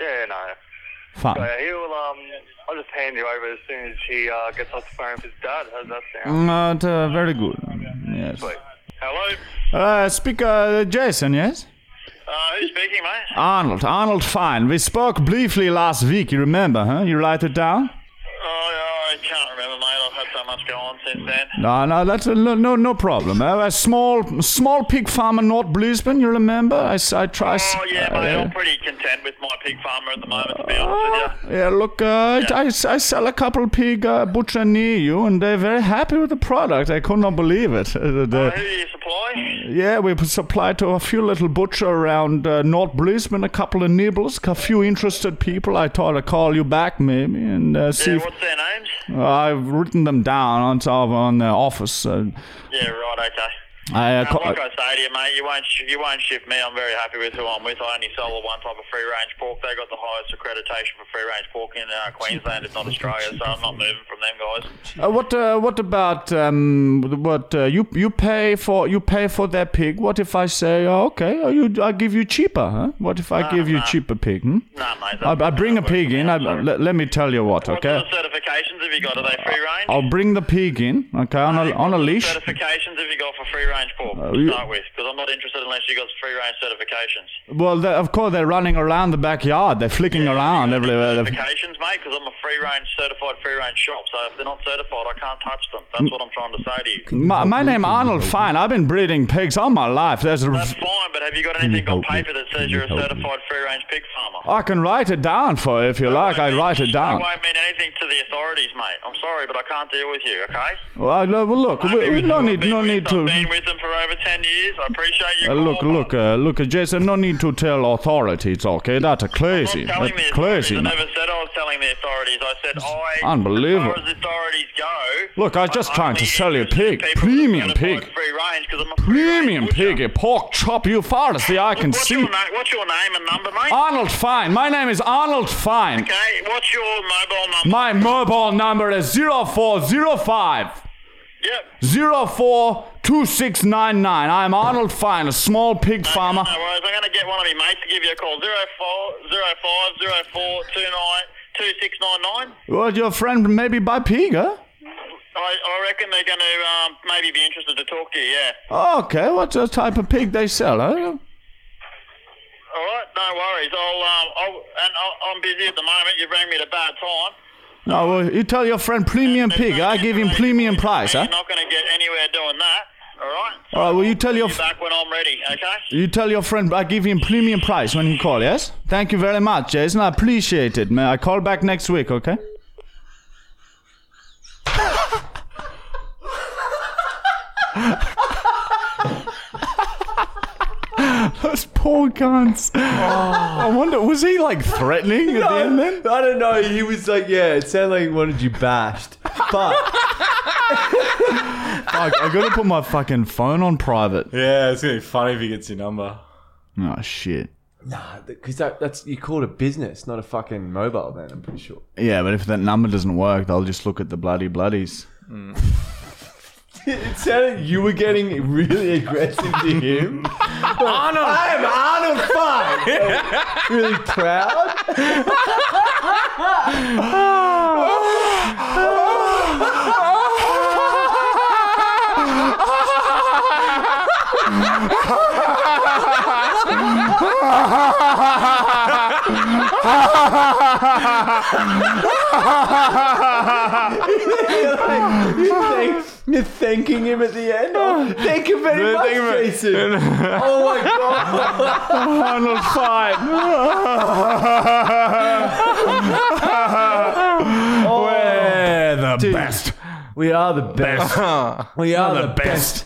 [SPEAKER 4] Yeah, no. So
[SPEAKER 1] Fine.
[SPEAKER 4] yeah, he'll um, I'll just hand you over as soon as he uh, gets off the phone with his dad. How's that sound?
[SPEAKER 1] Not uh, very good. Yes.
[SPEAKER 4] Sweet. Hello.
[SPEAKER 1] Uh, speaker Jason. Yes.
[SPEAKER 4] Uh, who's speaking, mate?
[SPEAKER 1] Arnold, Arnold, fine. We spoke briefly last week, you remember, huh? You write it down?
[SPEAKER 4] Oh, I can't remember, mate. I've had so much go on since then.
[SPEAKER 1] No, no, that's a, no, no, no problem. Uh, a small, small pig farmer, North Brisbane. You remember? I, s- I try. s-
[SPEAKER 4] Oh yeah, mate. I'm pretty content with my pig farmer at the moment, to be honest with you.
[SPEAKER 1] yeah, look, uh, I, I sell a couple pig uh, butcher near you, and they're very happy with the product. I could not believe it. Uh, the- the-
[SPEAKER 4] Uh, who do you supply?
[SPEAKER 1] yeah, we supply to a few little butcher around uh, North Brisbane, a couple of nibbles, a few interested people. I thought I'd call you back maybe and uh, see
[SPEAKER 4] Yeah,
[SPEAKER 1] if
[SPEAKER 4] what's their names?
[SPEAKER 1] I've written them down on top on the office. Uh,
[SPEAKER 4] Yeah, right, okay.
[SPEAKER 1] I, I
[SPEAKER 4] Um,
[SPEAKER 1] co-
[SPEAKER 4] like I say to you, mate, you won't sh- you won't shift me. I'm very happy with who I'm with. I only sold the one type of free range pork. They got the highest accreditation for free range pork in uh, Queensland, if not Australia. So I'm not moving from them guys.
[SPEAKER 1] uh, what uh, what about um, what uh, you you pay for you pay for that pig? What if I say oh, okay, oh, you, I give you cheaper? Huh? What if I give you cheaper pig? Hmm?
[SPEAKER 4] Nah, mate.
[SPEAKER 1] I,
[SPEAKER 4] that-
[SPEAKER 1] I bring a
[SPEAKER 4] that works
[SPEAKER 1] pig
[SPEAKER 4] for me.
[SPEAKER 1] in. I,
[SPEAKER 4] I'm sorry.
[SPEAKER 1] let, let me tell you what,
[SPEAKER 4] What
[SPEAKER 1] okay? Uh,
[SPEAKER 4] sort of certifications have you got? Are they free range?
[SPEAKER 1] I'll bring the pig in, okay, on a, on a leash.
[SPEAKER 4] Certifications have you got for free range pork?
[SPEAKER 1] Uh,
[SPEAKER 4] to
[SPEAKER 1] you-
[SPEAKER 4] start with, because I'm not interested unless you got free range certifications.
[SPEAKER 1] Well, they- of course, they're running around the backyard. They're flicking around everywhere. They're-
[SPEAKER 4] Certifications, mate, because I'm a free range certified free range shop. So if they're not certified, I can't touch them. That's what I'm trying to say to you.
[SPEAKER 1] My, my name Arnold Fine. I've been breeding pigs all my life. There's a,
[SPEAKER 4] That's fine, but have you got anything on
[SPEAKER 2] help me?
[SPEAKER 4] paper that
[SPEAKER 2] Can
[SPEAKER 4] says
[SPEAKER 2] you
[SPEAKER 4] you're a
[SPEAKER 2] help me?
[SPEAKER 4] certified free range pig farmer?
[SPEAKER 1] I can write it down for you if you like. I write it
[SPEAKER 4] That
[SPEAKER 1] down.
[SPEAKER 4] won't mean anything to the authorities, mate. I'm sorry, but I can't deal with you. Okay.
[SPEAKER 1] Well, no, well, look,
[SPEAKER 4] I've
[SPEAKER 1] we,
[SPEAKER 4] been
[SPEAKER 1] we
[SPEAKER 4] with
[SPEAKER 1] no
[SPEAKER 4] them- I've
[SPEAKER 1] need,
[SPEAKER 4] been
[SPEAKER 1] no
[SPEAKER 4] with-
[SPEAKER 1] need
[SPEAKER 4] I've
[SPEAKER 1] to.
[SPEAKER 4] been with them for over ten years. I appreciate you.
[SPEAKER 1] Uh, look,
[SPEAKER 4] call,
[SPEAKER 1] look,
[SPEAKER 4] but
[SPEAKER 1] uh, look, uh, Jason. No need to tell authorities, okay? That's crazy.
[SPEAKER 4] I'm telling
[SPEAKER 1] That's
[SPEAKER 4] the authorities.
[SPEAKER 1] crazy.
[SPEAKER 4] I
[SPEAKER 1] man.
[SPEAKER 4] never said I was telling the authorities. I said I.
[SPEAKER 1] unbelievable.
[SPEAKER 4] As far as authorities go.
[SPEAKER 1] Look, I was just
[SPEAKER 4] I'm
[SPEAKER 1] trying to
[SPEAKER 4] only
[SPEAKER 1] sell you a
[SPEAKER 4] interested in
[SPEAKER 1] pig.
[SPEAKER 4] people who
[SPEAKER 1] Premium
[SPEAKER 4] are certified
[SPEAKER 1] pig.
[SPEAKER 4] Free range, 'cause I'm a free range
[SPEAKER 1] Premium
[SPEAKER 4] butcher.
[SPEAKER 1] pig, a pork chop, you far as the eye can
[SPEAKER 4] What's your,
[SPEAKER 1] see. Ah.
[SPEAKER 4] na- what's your name and number, mate?
[SPEAKER 1] Arnold Fine. My name is Arnold Fine.
[SPEAKER 4] okay. What's your mobile number?
[SPEAKER 1] My mobile number is 0405
[SPEAKER 4] yep.
[SPEAKER 1] 042699. I'm Arnold Fine, a small pig farmer.
[SPEAKER 4] No worries. I'm going to get one of my mates to give you a call. 040504292699.
[SPEAKER 1] Well, your friend maybe buy pig, huh?
[SPEAKER 4] I, I reckon they're going to um, maybe be interested to talk to you, yeah.
[SPEAKER 1] Okay, what uh, type of pig they sell, huh?
[SPEAKER 4] All right, no worries. I'll, um, I'll, and I'll, I'm busy at the moment. You've rang me at a bad time.
[SPEAKER 1] No, well, you tell your friend premium
[SPEAKER 4] There's no
[SPEAKER 1] pig. I
[SPEAKER 4] need
[SPEAKER 1] give
[SPEAKER 4] to
[SPEAKER 1] him
[SPEAKER 4] raise
[SPEAKER 1] premium
[SPEAKER 4] voices,
[SPEAKER 1] price,
[SPEAKER 4] mate.
[SPEAKER 1] huh?
[SPEAKER 4] You're not going to get anywhere doing that, all right?
[SPEAKER 1] All right, well, you tell your
[SPEAKER 4] Be back when I'm ready, okay?
[SPEAKER 1] you tell your friend I give him premium price when he call, yes? Thank you very much, Jason. I appreciate it. May I call back next week, okay? Those poor cunts. I wonder, was he like threatening at the end then?
[SPEAKER 2] I don't know. He was like, yeah, it sounded like he wanted you bashed. But
[SPEAKER 1] I, I gotta put my fucking phone on private.
[SPEAKER 3] Yeah, it's gonna be funny if he gets your number.
[SPEAKER 1] Oh shit.
[SPEAKER 2] because that, that's you call it a business, not a fucking mobile. Then I'm pretty sure.
[SPEAKER 1] Yeah, but if that number doesn't work, they'll just look at the bloody bloodies.
[SPEAKER 2] It sounded you were getting really aggressive to him. Arnold, I am Arnold Fine. really proud. Thank- you're thanking him at the end. Oh, thank you very much, Jason. oh my god.
[SPEAKER 1] Arnold We're the best.
[SPEAKER 2] We are the best. We are
[SPEAKER 1] the
[SPEAKER 2] the,
[SPEAKER 1] best.
[SPEAKER 2] best.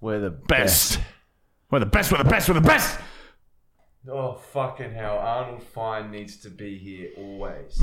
[SPEAKER 2] We're the
[SPEAKER 1] Best. We're the best. We're the best. We're the best.
[SPEAKER 2] Oh fucking hell! Arnold Fine needs to be here always.